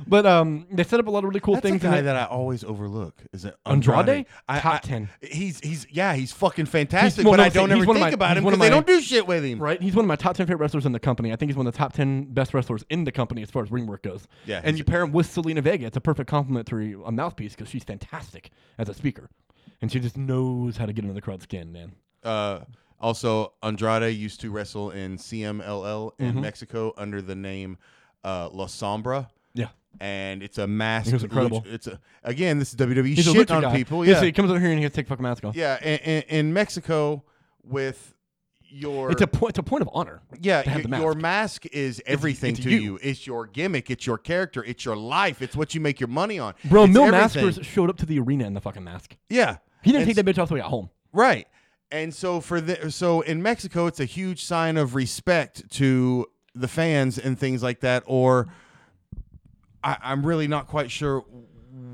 A: but um, they set up a lot of really cool
B: That's
A: things.
B: a
A: in
B: guy
A: it.
B: that I always overlook. Is it
A: Andrade?
B: I,
A: Top
B: I-
A: 10.
B: He's he's yeah he's fucking fantastic,
A: well,
B: but
A: no,
B: I
A: I'm saying
B: don't ever
A: he's one of
B: think
A: my-
B: about
A: he's
B: him
A: one
B: because
A: of
B: they
A: my-
B: don't do shit with him.
A: Right, he's one of my top ten favorite wrestlers in the company. I think he's one of the top ten best wrestlers in the company as far as ring work goes.
B: Yeah,
A: and
B: he's-
A: you pair him with Selena Vega, it's a perfect complementary uh, mouthpiece because she's fantastic as a speaker, and she just knows how to get into the crowd's skin, man.
B: Uh, also, Andrade used to wrestle in CMLL in
A: Mm-hmm.
B: Mexico under the name uh, La Sombra,
A: Yeah,
B: and it's a mask.
A: He was incredible.
B: It's a again, this is WWE
A: he's
B: shit
A: a lucha
B: on
A: guy.
B: people.
A: so
B: Yeah,
A: he comes over here and he has to take fucking mask off.
B: yeah, in, in, in Mexico with your
A: It's a point. It's a point of honor.
B: Yeah,
A: to have
B: your,
A: the mask.
B: your mask is everything
A: it's
B: to you.
A: you.
B: It's your gimmick. It's your character. It's your life. It's what you make your money on.
A: Bro,
B: it's
A: Mill
B: everything.
A: Maskers showed up to the arena in the fucking mask.
B: Yeah,
A: He didn't take
B: And
A: that bitch off till he got home.
B: Right. And so for the so in Mexico, it's a huge sign of respect to the fans and things like that. Or I, I'm really not quite sure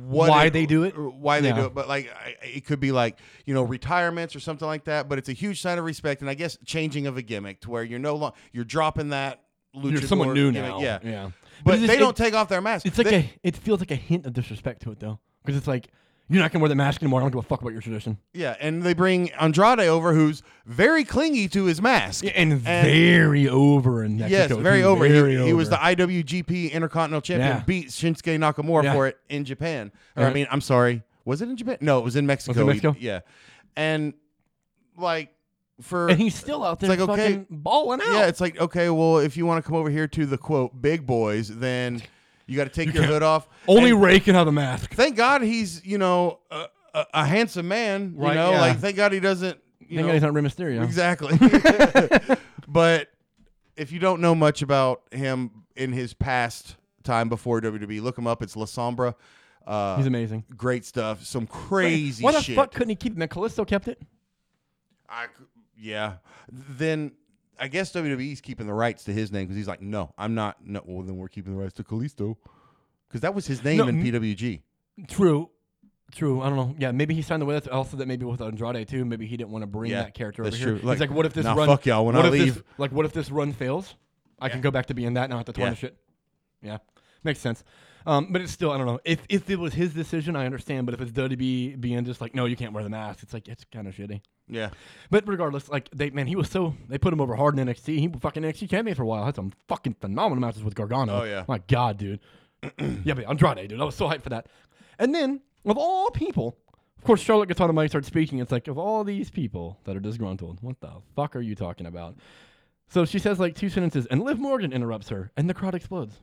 B: what
A: Why they do it?
B: why they do
A: Yeah.
B: it. But like I- it could be like you know retirements or something like that. But it's a huge sign of respect, and I guess changing of a gimmick to where you're no longer you're dropping that.
A: You're
B: luchador
A: someone new
B: gimmick.
A: now.
B: yeah.
A: yeah.
B: But,
A: it's just-
B: they
A: it-
B: don't take off their mask.
A: It's like
B: They-
A: a, it feels like a hint of disrespect to it though, because it's like you're not gonna wear the mask anymore. I don't give a fuck about your tradition.
B: yeah, and they bring Andrade over, who's very clingy to his mask.
A: Yeah, and, very over in Mexico.
B: Yes, very
A: too.
B: over. He-
A: Very
B: he,
A: over.
B: was the IWGP Intercontinental Champion,
A: Yeah.
B: beat Shinsuke Nakamura
A: Yeah.
B: for it in Japan. Or, I
A: Yeah.
B: mean, I'm sorry, was it in Japan? No, it was in Mexico.
A: Mexico?
B: Yeah, and like for
A: and he's still out there
B: It's like, okay.
A: fucking balling out.
B: yeah, it's like okay, well, if you want to come over here to the quote big boys, then you got to take your hood off.
A: Only
B: And
A: Ray can have a mask.
B: thank God he's you know a, a, a handsome man. You
A: Right,
B: know,
A: yeah.
B: like thank God he doesn't. You
A: Thank
B: know,
A: God he's not Rey Mysterio.
B: Exactly. but if you don't know much about him in his past time before WWE, look him up. It's La Sombra. Uh,
A: He's amazing.
B: Great stuff. Some crazy
A: Why the
B: shit.
A: fuck couldn't he keep it? Man, Callisto kept it.
B: I c- yeah. Then I guess WWE's keeping the rights to his name because he's like, no, I'm not. No, well, then we're keeping the rights to Kalisto because that was his name
A: No,
B: in
A: m-
B: PWG.
A: True. True. I don't know. Yeah, maybe he signed the way. That's also that maybe with Andrade too. Maybe he didn't want to bring
B: Yeah,
A: that character
B: that's
A: over here.
B: true. Like,
A: he's like, what if this
B: nah,
A: run?
B: fuck y'all, when
A: what
B: I
A: if this-
B: leave-
A: like, what if this run fails? I can go back to being that, not have to tarnish
B: Yeah.
A: it. Yeah, makes sense. Um, but it's still, I don't know. If if it was his decision, I understand. But if it's WWE being just like, no, you can't wear the mask, it's like it's kind of shitty.
B: Yeah.
A: But regardless, like they man, he was so they put him over hard in NXT. He was fucking NXT champion for a while. Had some fucking phenomenal matches with Gargano.
B: Oh, yeah.
A: my god, dude. yeah, but Andrade, dude, I was so hyped for that. And then of all people, of course, Charlotte gets on the mic, starts speaking. It's like of all these people that are disgruntled, what the fuck are you talking about? So she says like two sentences, and Liv Morgan interrupts her, and the crowd explodes.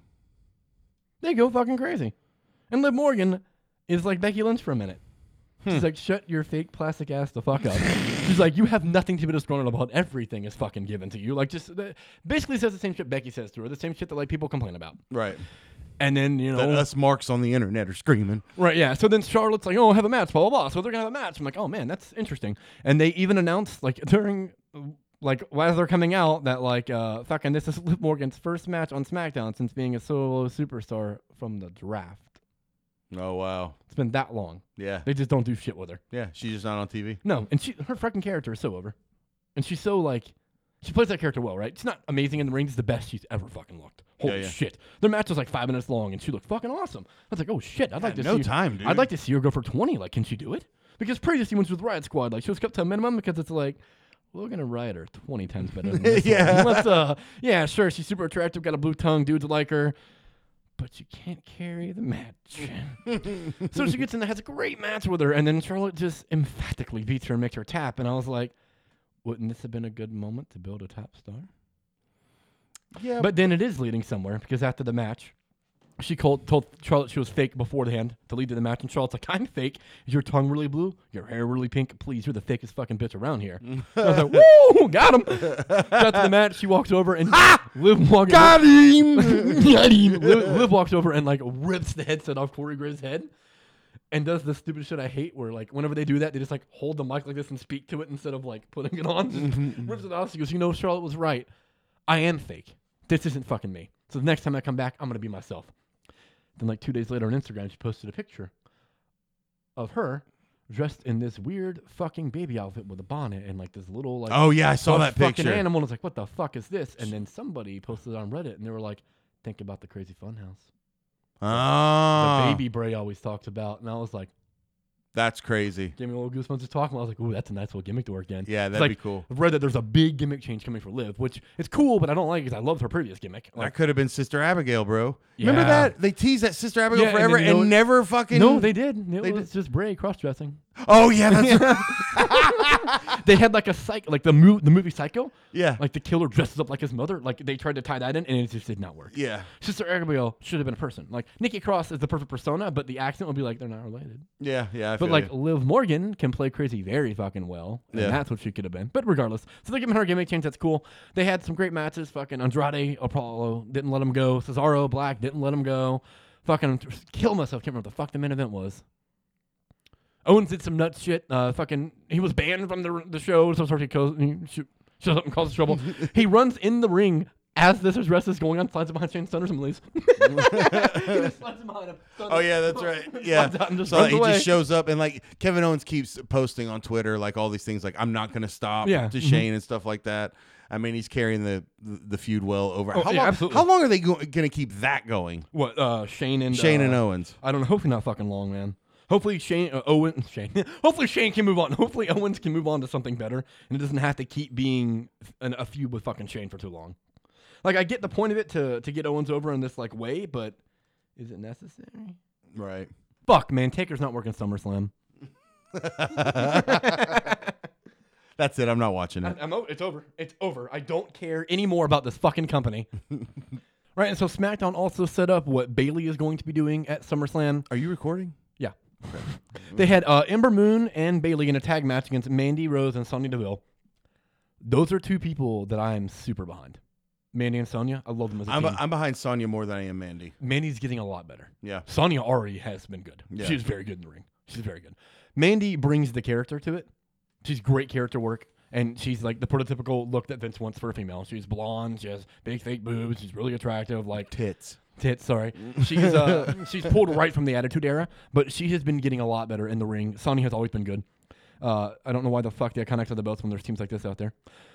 A: They go fucking crazy, and Liv Morgan is like Becky Lynch for a minute.
B: Hmm.
A: She's like, shut your fake plastic ass the fuck up. She's like, you have nothing to be disgruntled about. Everything is fucking given to you. Like, just th- basically says the same shit Becky says to her, the same shit that like people complain about.
B: Right.
A: And then you know,
B: That us marks on the internet are screaming.
A: right? Yeah. So then Charlotte's like, oh, have a match, blah blah blah. So they're gonna have a match. I'm like, oh man, that's interesting. And they even announced like during. Like as they're coming out, that like uh fucking this is Liv Morgan's first match on SmackDown since being a solo superstar from the draft.
B: Oh wow.
A: It's been that long.
B: Yeah.
A: They just don't do shit with her.
B: Yeah. She's just not on TV.
A: No, and she her fucking character is so over, and she's so like she plays that character well, right? She's not amazing in the ring; it's the best she's ever fucking looked. Holy
B: yeah.
A: shit! Their match was like five minutes long, and she looked fucking awesome. I was like, oh shit, I'd like to
B: no
A: see
B: time, dude.
A: I'd like to see her go for twenty. Like, can she do it? Because previously, when she was with Riot Squad, like she was kept to a minimum because it's like. We're gonna ride her twenty times better. Than this
B: Yeah.
A: one. Let's, uh, yeah, sure. She's super attractive, got a blue tongue, dudes like her, but you can't carry the match. So she gets in and has a great match with her, and then Charlotte just emphatically beats her and makes her tap. And I was like, wouldn't this have been a good moment to build a top star?
B: Yeah.
A: But then it is leading somewhere because after the match, she called, told Charlotte she was fake beforehand to lead to the match, and Charlotte's like, "I'm fake. Is your tongue really blue? Your hair really pink? Please, you're the fakest fucking bitch around here." And I was like, "Woo, got him!" Got to the match, she walks over and Liv Morgan
B: got him.
A: Got him. Liv, Liv walks over and like rips the headset off Corey Gray's head and does the stupid shit I hate where like whenever they do that, they just like hold the mic like this and speak to it instead of like putting it on.
B: Mm-hmm,
A: Just rips it off. She goes, You know, Charlotte was right. I am fake. This isn't fucking me. So the next time I come back, I'm gonna be myself. Then like two days later on Instagram, she posted a picture of her dressed in this weird fucking baby outfit with a bonnet and like this little like
B: oh yeah, I saw
A: some
B: that
A: fucking
B: picture.
A: animal and was like, "What the fuck is this?" And then somebody posted it on Reddit, and they were like, "Think about the crazy funhouse, the
B: Ah,
A: baby Bray always talks about." And I was like,
B: That's crazy.
A: "Give me a little goosebumps just talking." I was like, "Ooh, that's a nice little gimmick to work in."
B: Yeah,
A: It's
B: that'd
A: like,
B: be cool.
A: I've read that there's a big gimmick change coming for Liv, which it's cool, but I don't like because I loved her previous gimmick.
B: That
A: Like,
B: could have been Sister Abigail, bro. Remember
A: Yeah.
B: that? They teased that Sister Abigail
A: Yeah, and then
B: forever
A: you
B: and,
A: know what-
B: never fucking.
A: no, they did. It
B: They
A: was just Bray cross-dressing.
B: Oh yeah, that's right.
A: they had like a psych, like the mo- the movie Psycho.
B: yeah,
A: Like the killer dresses up like his mother. Like they tried to tie that in, and it just did not work.
B: yeah,
A: Sister Abigail should have been a person. Like Nikki Cross is the perfect persona, but the accent would be like they're not related.
B: yeah, yeah. I
A: But
B: feel
A: like
B: you.
A: Liv Morgan can play crazy very fucking well, and
B: Yeah.
A: that's what she could have been. But regardless, so they're giving her a gimmick change. That's cool. They had some great matches. Fucking Andrade, Apollo didn't let him go. Cesaro Black didn't let him go. Fucking kill myself. Can't remember what the fuck the main event was. Owens did some nut shit. Uh, fucking, he was banned from the the show. So sort of goes, he sho- shows up and causes trouble. he runs in the ring as this is rest is going on, slides behind Shane Thunders and leaves. he just slides behind him.
B: Oh yeah, that's right. Yeah,
A: Slides out and just
B: so like,
A: runs
B: he
A: away.
B: just shows up and like Kevin Owens keeps posting on Twitter like all these things like I'm not gonna stop
A: Yeah,
B: to
A: mhm.
B: Shane and stuff like that. I mean, he's carrying the the, the feud well over.
A: Oh,
B: how,
A: yeah,
B: long,
A: absolutely.
B: how long are they go- gonna keep that going?
A: What? Uh, Shane and
B: Shane
A: uh,
B: and Owens.
A: I don't know. Hopefully not fucking long, man. Hopefully Shane uh, Owen Shane. hopefully Shane can move on. Hopefully Owens can move on to something better, and it doesn't have to keep being an, a feud with fucking Shane for too long. Like I get the point of it to to get Owens over in this like way, but is it necessary?
B: Right.
A: Fuck, man. Taker's not working SummerSlam.
B: That's it. I'm not watching it.
A: I'm o- it's over. It's over. I don't care anymore about this fucking company. right, and so SmackDown also set up what Bailey is going to be doing at SummerSlam.
B: Are you recording?
A: Yeah. they had uh, Ember Moon and Bailey in a tag match against Mandy Rose and Sonya Deville. Those are two people that I'm super behind. Mandy and Sonya, I love them as a
B: I'm,
A: team.
B: I'm behind Sonya more than I am Mandy.
A: Mandy's getting a lot better.
B: Yeah.
A: Sonya already has been good.
B: Yeah.
A: She's very good in the ring. She's very good. Mandy brings the character to it. She's great character work, and she's like the prototypical look that Vince wants for a female. She's blonde. She has big fake boobs. She's really attractive. Like
B: Tits.
A: tits. Sorry, she's uh, she's pulled right from the Attitude Era, but she has been getting a lot better in the ring. Sonya has always been good. Uh, I don't know why the fuck the Iconics are the belts when there's teams like this out there.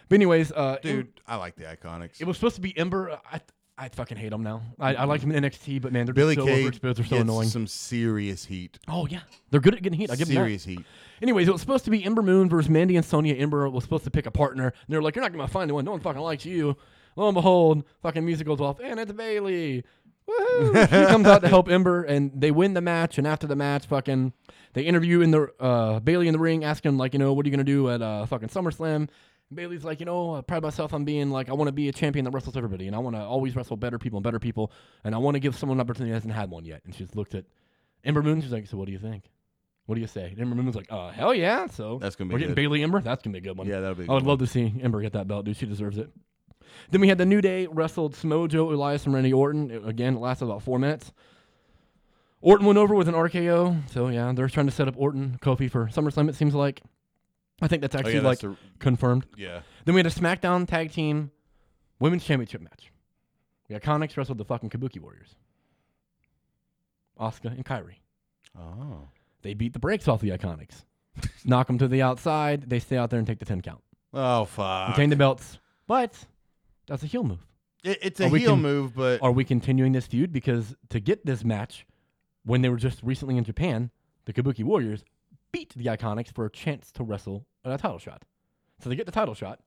A: But anyways, uh, Im-
B: Dude, I like the Iconics.
A: it was supposed to be Ember. uh, I I fucking hate them now. I, I like them in NXT, but man, they're
B: Billy
A: just so
B: Kay
A: overexposed. They're so
B: gets
A: annoying.
B: some serious heat.
A: Oh yeah, they're good at getting heat. I give them that.
B: serious heat.
A: Anyways, it was supposed to be Ember Moon versus Mandy and Sonya. Ember was supposed to pick a partner. And they're like, you're not gonna find the one. No one fucking likes you. Lo and behold, fucking music goes off, and it's Bailey. Woohoo! she comes out to help Ember, and they win the match. And after the match, fucking, they interview in the uh, Bailey in the ring, asking like, you know, what are you gonna do at uh, fucking SummerSlam? And Bailey's like, you know, I pride myself on being like, I want to be a champion that wrestles everybody, and I want to always wrestle better people and better people, and I want to give someone an opportunity that hasn't had one yet. And she's looked at Ember Moon. She's like, so what do you think? What do you say? And Ember Moon's like, uh, hell yeah. So
B: That's gonna be
A: we're getting
B: good.
A: Bailey Ember. That's gonna be a good one.
B: Yeah, that'll be. a
A: I would
B: good
A: love to see Ember get that belt, dude. She deserves it. Then we had the New Day wrestled Smojo, Elias, and Randy Orton. It- again, it lasted about four minutes. Orton went over with an RKO. So yeah, they're trying to set up Orton Kofi for SummerSlam. It seems like. I think that's
B: one. Oh,
A: actually
B: yeah,
A: like
B: that's the-
A: confirmed.
B: yeah.
A: Then we had a SmackDown Tag Team Women's Championship match. The Iconics wrestled the fucking Kabuki Warriors. Asuka and Kyrie.
B: Oh.
A: They beat the brakes off the Iconics. Knock them to the outside. They stay out there and take the 10 count.
B: Oh fuck.
A: Retain the belts. But that's a heel move.
B: It, it's
A: Or
B: a
A: we
B: heel
A: can-
B: move, but
A: Are we continuing this feud? Because to get this match, when they were just recently in Japan, the Kabuki Warriors beat the Iconics for a chance to wrestle at a title shot. So they get the title shot.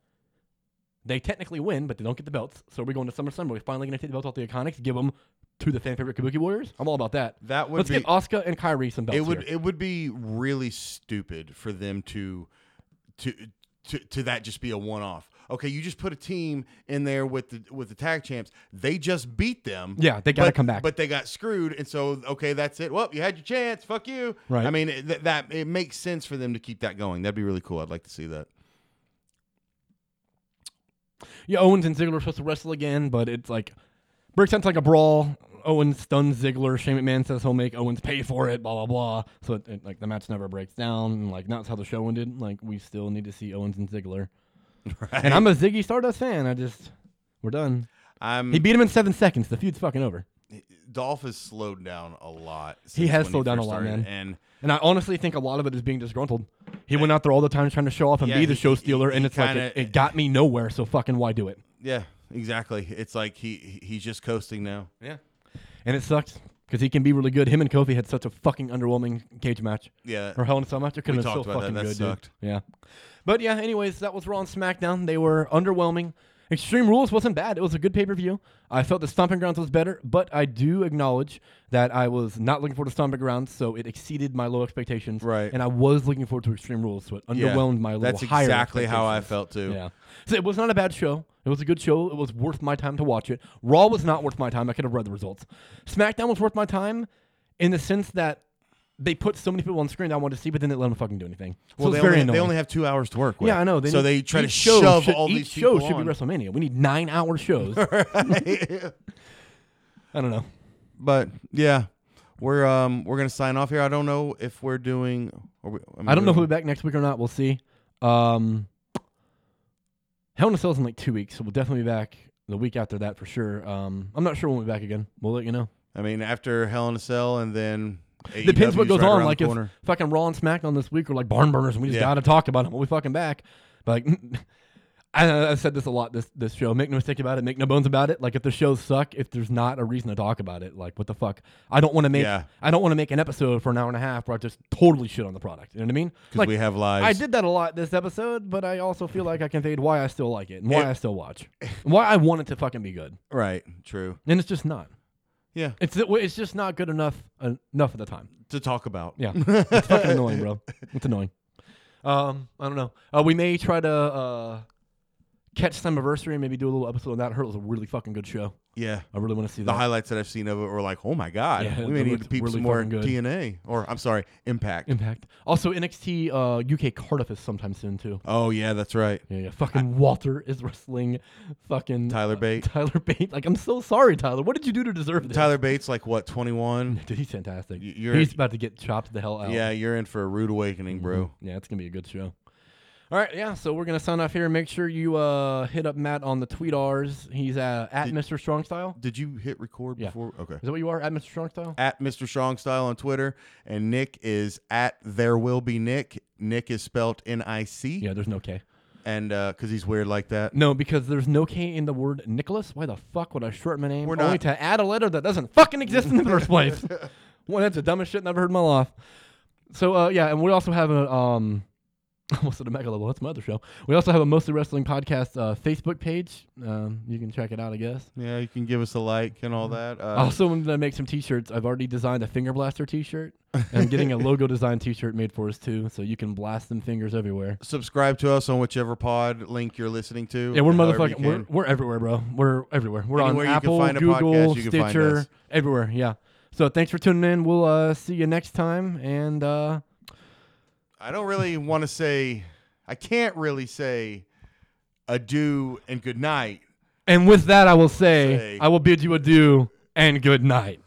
A: They technically win, but they don't get the belts. So we're going to SummerSlam. Are we finally going to take the belts off the Iconics, give them to the fan favorite Kabuki Warriors? I'm all about that.
B: that would
A: Let's
B: be
A: give Asuka and Kyrie some belts.
B: it would
A: here.
B: it would be really stupid for them to to to, to that just be a one off. Okay, you just put a team in there with the with the tag champs. They just beat them.
A: yeah, they got to
B: but-
A: come back.
B: But they got screwed, and so okay, that's it. Well, you had your chance. Fuck you.
A: Right.
B: I mean, th- that it makes sense for them to keep that going. That'd be really cool. I'd like to see that.
A: Yeah, Owens and Ziggler are supposed to wrestle again, but it's like breaks down to like a brawl. Owens stuns Ziggler. Shane McMahon says he'll make Owens pay for it. Blah blah blah. So it, it, like the match never breaks down. And, like that's how the show ended. Like we still need to see Owens and Ziggler.
B: Right.
A: And I'm a Ziggy Stardust fan. I just we're done.
B: I'm
A: He beat him in seven seconds. The feud's fucking over.
B: Dolph has slowed down a lot.
A: He
B: since
A: has
B: when
A: slowed down a
B: first
A: lot, man.
B: started, And
A: And I honestly think a lot of it is being disgruntled. He went out there all the time trying to show off and
B: Yeah,
A: be the
B: he-
A: show
B: he-
A: stealer,
B: he
A: and it's like
B: kinda-
A: it, it got me nowhere. So fucking why do it?
B: yeah, exactly. It's like he he- he's just coasting now.
A: Yeah. And it sucks because he can be really good. Him and Kofi had such a fucking underwhelming cage match.
B: Yeah,
A: Or Hell in a Cell match. It could
B: We
A: have been so
B: talked about that.
A: fucking
B: That
A: good,
B: sucked.
A: dude. Yeah. But yeah, anyways, that was Raw and SmackDown. They were underwhelming. Extreme Rules wasn't bad. It was a good pay per view. I felt the Stomping Grounds was better, but I do acknowledge that I was not looking forward to Stomping Grounds, so it exceeded my low expectations.
B: Right.
A: And I was looking forward to Extreme Rules, so it
B: Yeah.
A: underwhelmed my little
B: That's
A: higher
B: exactly how I
A: expectations.
B: felt too.
A: Yeah. So it was not a bad show. It was a good show. It was worth my time to watch it. Raw was not worth my time. I could have read the results. SmackDown was worth my time in the sense that they put so many people on screen that I wanted to see, but then they let them fucking do anything. So
B: Well,
A: it's
B: they,
A: very
B: only,
A: annoying.
B: they only have two hours to work with.
A: yeah, I know. They
B: so
A: need-
B: they try to
A: each show
B: shove
A: should-
B: all
A: each
B: these
A: show
B: people
A: should
B: on.
A: be WrestleMania. We need nine hour shows.
B: Right.
A: I don't know.
B: but yeah, we're um we're gonna sign off here. I don't know if we're doing. Are we,
A: I don't know if we'll
B: who.
A: be back next week or not. We'll see. Um, Hell in a Cell's in like two weeks, so we'll definitely be back the week after that for sure. Um, I'm not sure when we'll be back again. We'll let you know.
B: I mean, after Hell in a Cell, and then
A: Depends what goes
B: AEW 's right
A: on.
B: around
A: Like
B: the
A: if
B: corner.
A: fucking Raw and SmackDown this week were like barn burners, and we just
B: Yeah.
A: gotta talk about them. We'll be fucking back. But like, I, I've said this a lot this this show. Make no mistake about it. Make no bones about it. Like if the shows suck, if there's not a reason to talk about it, like what the fuck? I don't want to make.
B: Yeah.
A: I don't want to make an episode for an hour and a half where I just totally shit on the product. You know what I mean?
B: because
A: Like
B: we have
A: I
B: lives.
A: did that a lot this episode, but I also feel like I conveyed why I still like it and why
B: It-
A: I still watch, and why I want it to fucking be good,
B: right, true.
A: and it's just not.
B: Yeah,
A: It's it's just not good enough enough of the time.
B: to talk about.
A: Yeah, it's fucking annoying, bro. It's annoying. Um, I don't know. Uh, we may try to uh, catch some anniversary and maybe do a little episode on that. Hurt was a really fucking good show.
B: yeah.
A: I really want to see
B: The
A: that.
B: highlights that I've seen of it were like, oh my god,
A: Yeah,
B: we may
A: it
B: need
A: looked
B: to peep
A: really
B: some more
A: fucking good.
B: TNA or I'm sorry, Impact.
A: Impact. Also, NXT uh, UK Cardiff is sometime soon too.
B: oh yeah, that's right.
A: Yeah, yeah. Fucking Walter is wrestling fucking uh,
B: Tyler Bate.
A: Tyler Bate. Like, I'm so sorry, Tyler. What did you do to deserve this?
B: Tyler Bates, like what, 21?
A: dude, he's fantastic.
B: Y- you're-
A: he's about to get chopped the hell out. Mm-hmm.
B: Yeah, you're in for a rude awakening, bro.
A: yeah, it's gonna be a good show. All right, yeah. So we're gonna sign off here. Make sure you uh, hit up Matt on the tweet R's. He's uh, at
B: Did-
A: Mr. Strong Style.
B: Did you hit record
A: Yeah.
B: before? Okay.
A: Is that what you are at Mr. Strong Style?
B: At Mr. Strong Style on Twitter, and Nick is at There Will Be Nick. Nick is spelled N I C,
A: Yeah, there's no K.
B: and because he's weird like that.
A: No, because there's no K in the word Nicholas. Why the fuck would I shorten my name
B: We're
A: only
B: not-
A: to add a letter that doesn't fucking exist in the first place? Well, that's the dumbest shit I've ever heard in my life. So uh, yeah, and we also have a um, almost at a mega level. That's my other show. We also have a mostly wrestling podcast uh, Facebook page. Um, you can check it out, I guess.
B: Yeah, you can give us a like and all that. Uh,
A: also, I'm gonna make some T-shirts. I've already designed a finger blaster T-shirt. And I'm getting a logo design T-shirt made for us too, so you can blast them fingers everywhere.
B: subscribe to us on whichever pod link you're listening to.
A: Yeah, we're
B: however you
A: motherfucking. We're,
B: can.
A: we're everywhere, bro. We're everywhere. We're
B: Anywhere you
A: on
B: can
A: Apple,
B: find a
A: Google,
B: podcast, you can find
A: Stitcher,
B: us.
A: everywhere. Yeah. So thanks for tuning in. We'll uh, see you next time, and uh,
B: I don't really want to say. I can't really say adieu and good night.
A: and with that, I will say,
B: Say.
A: I will bid you adieu and good night.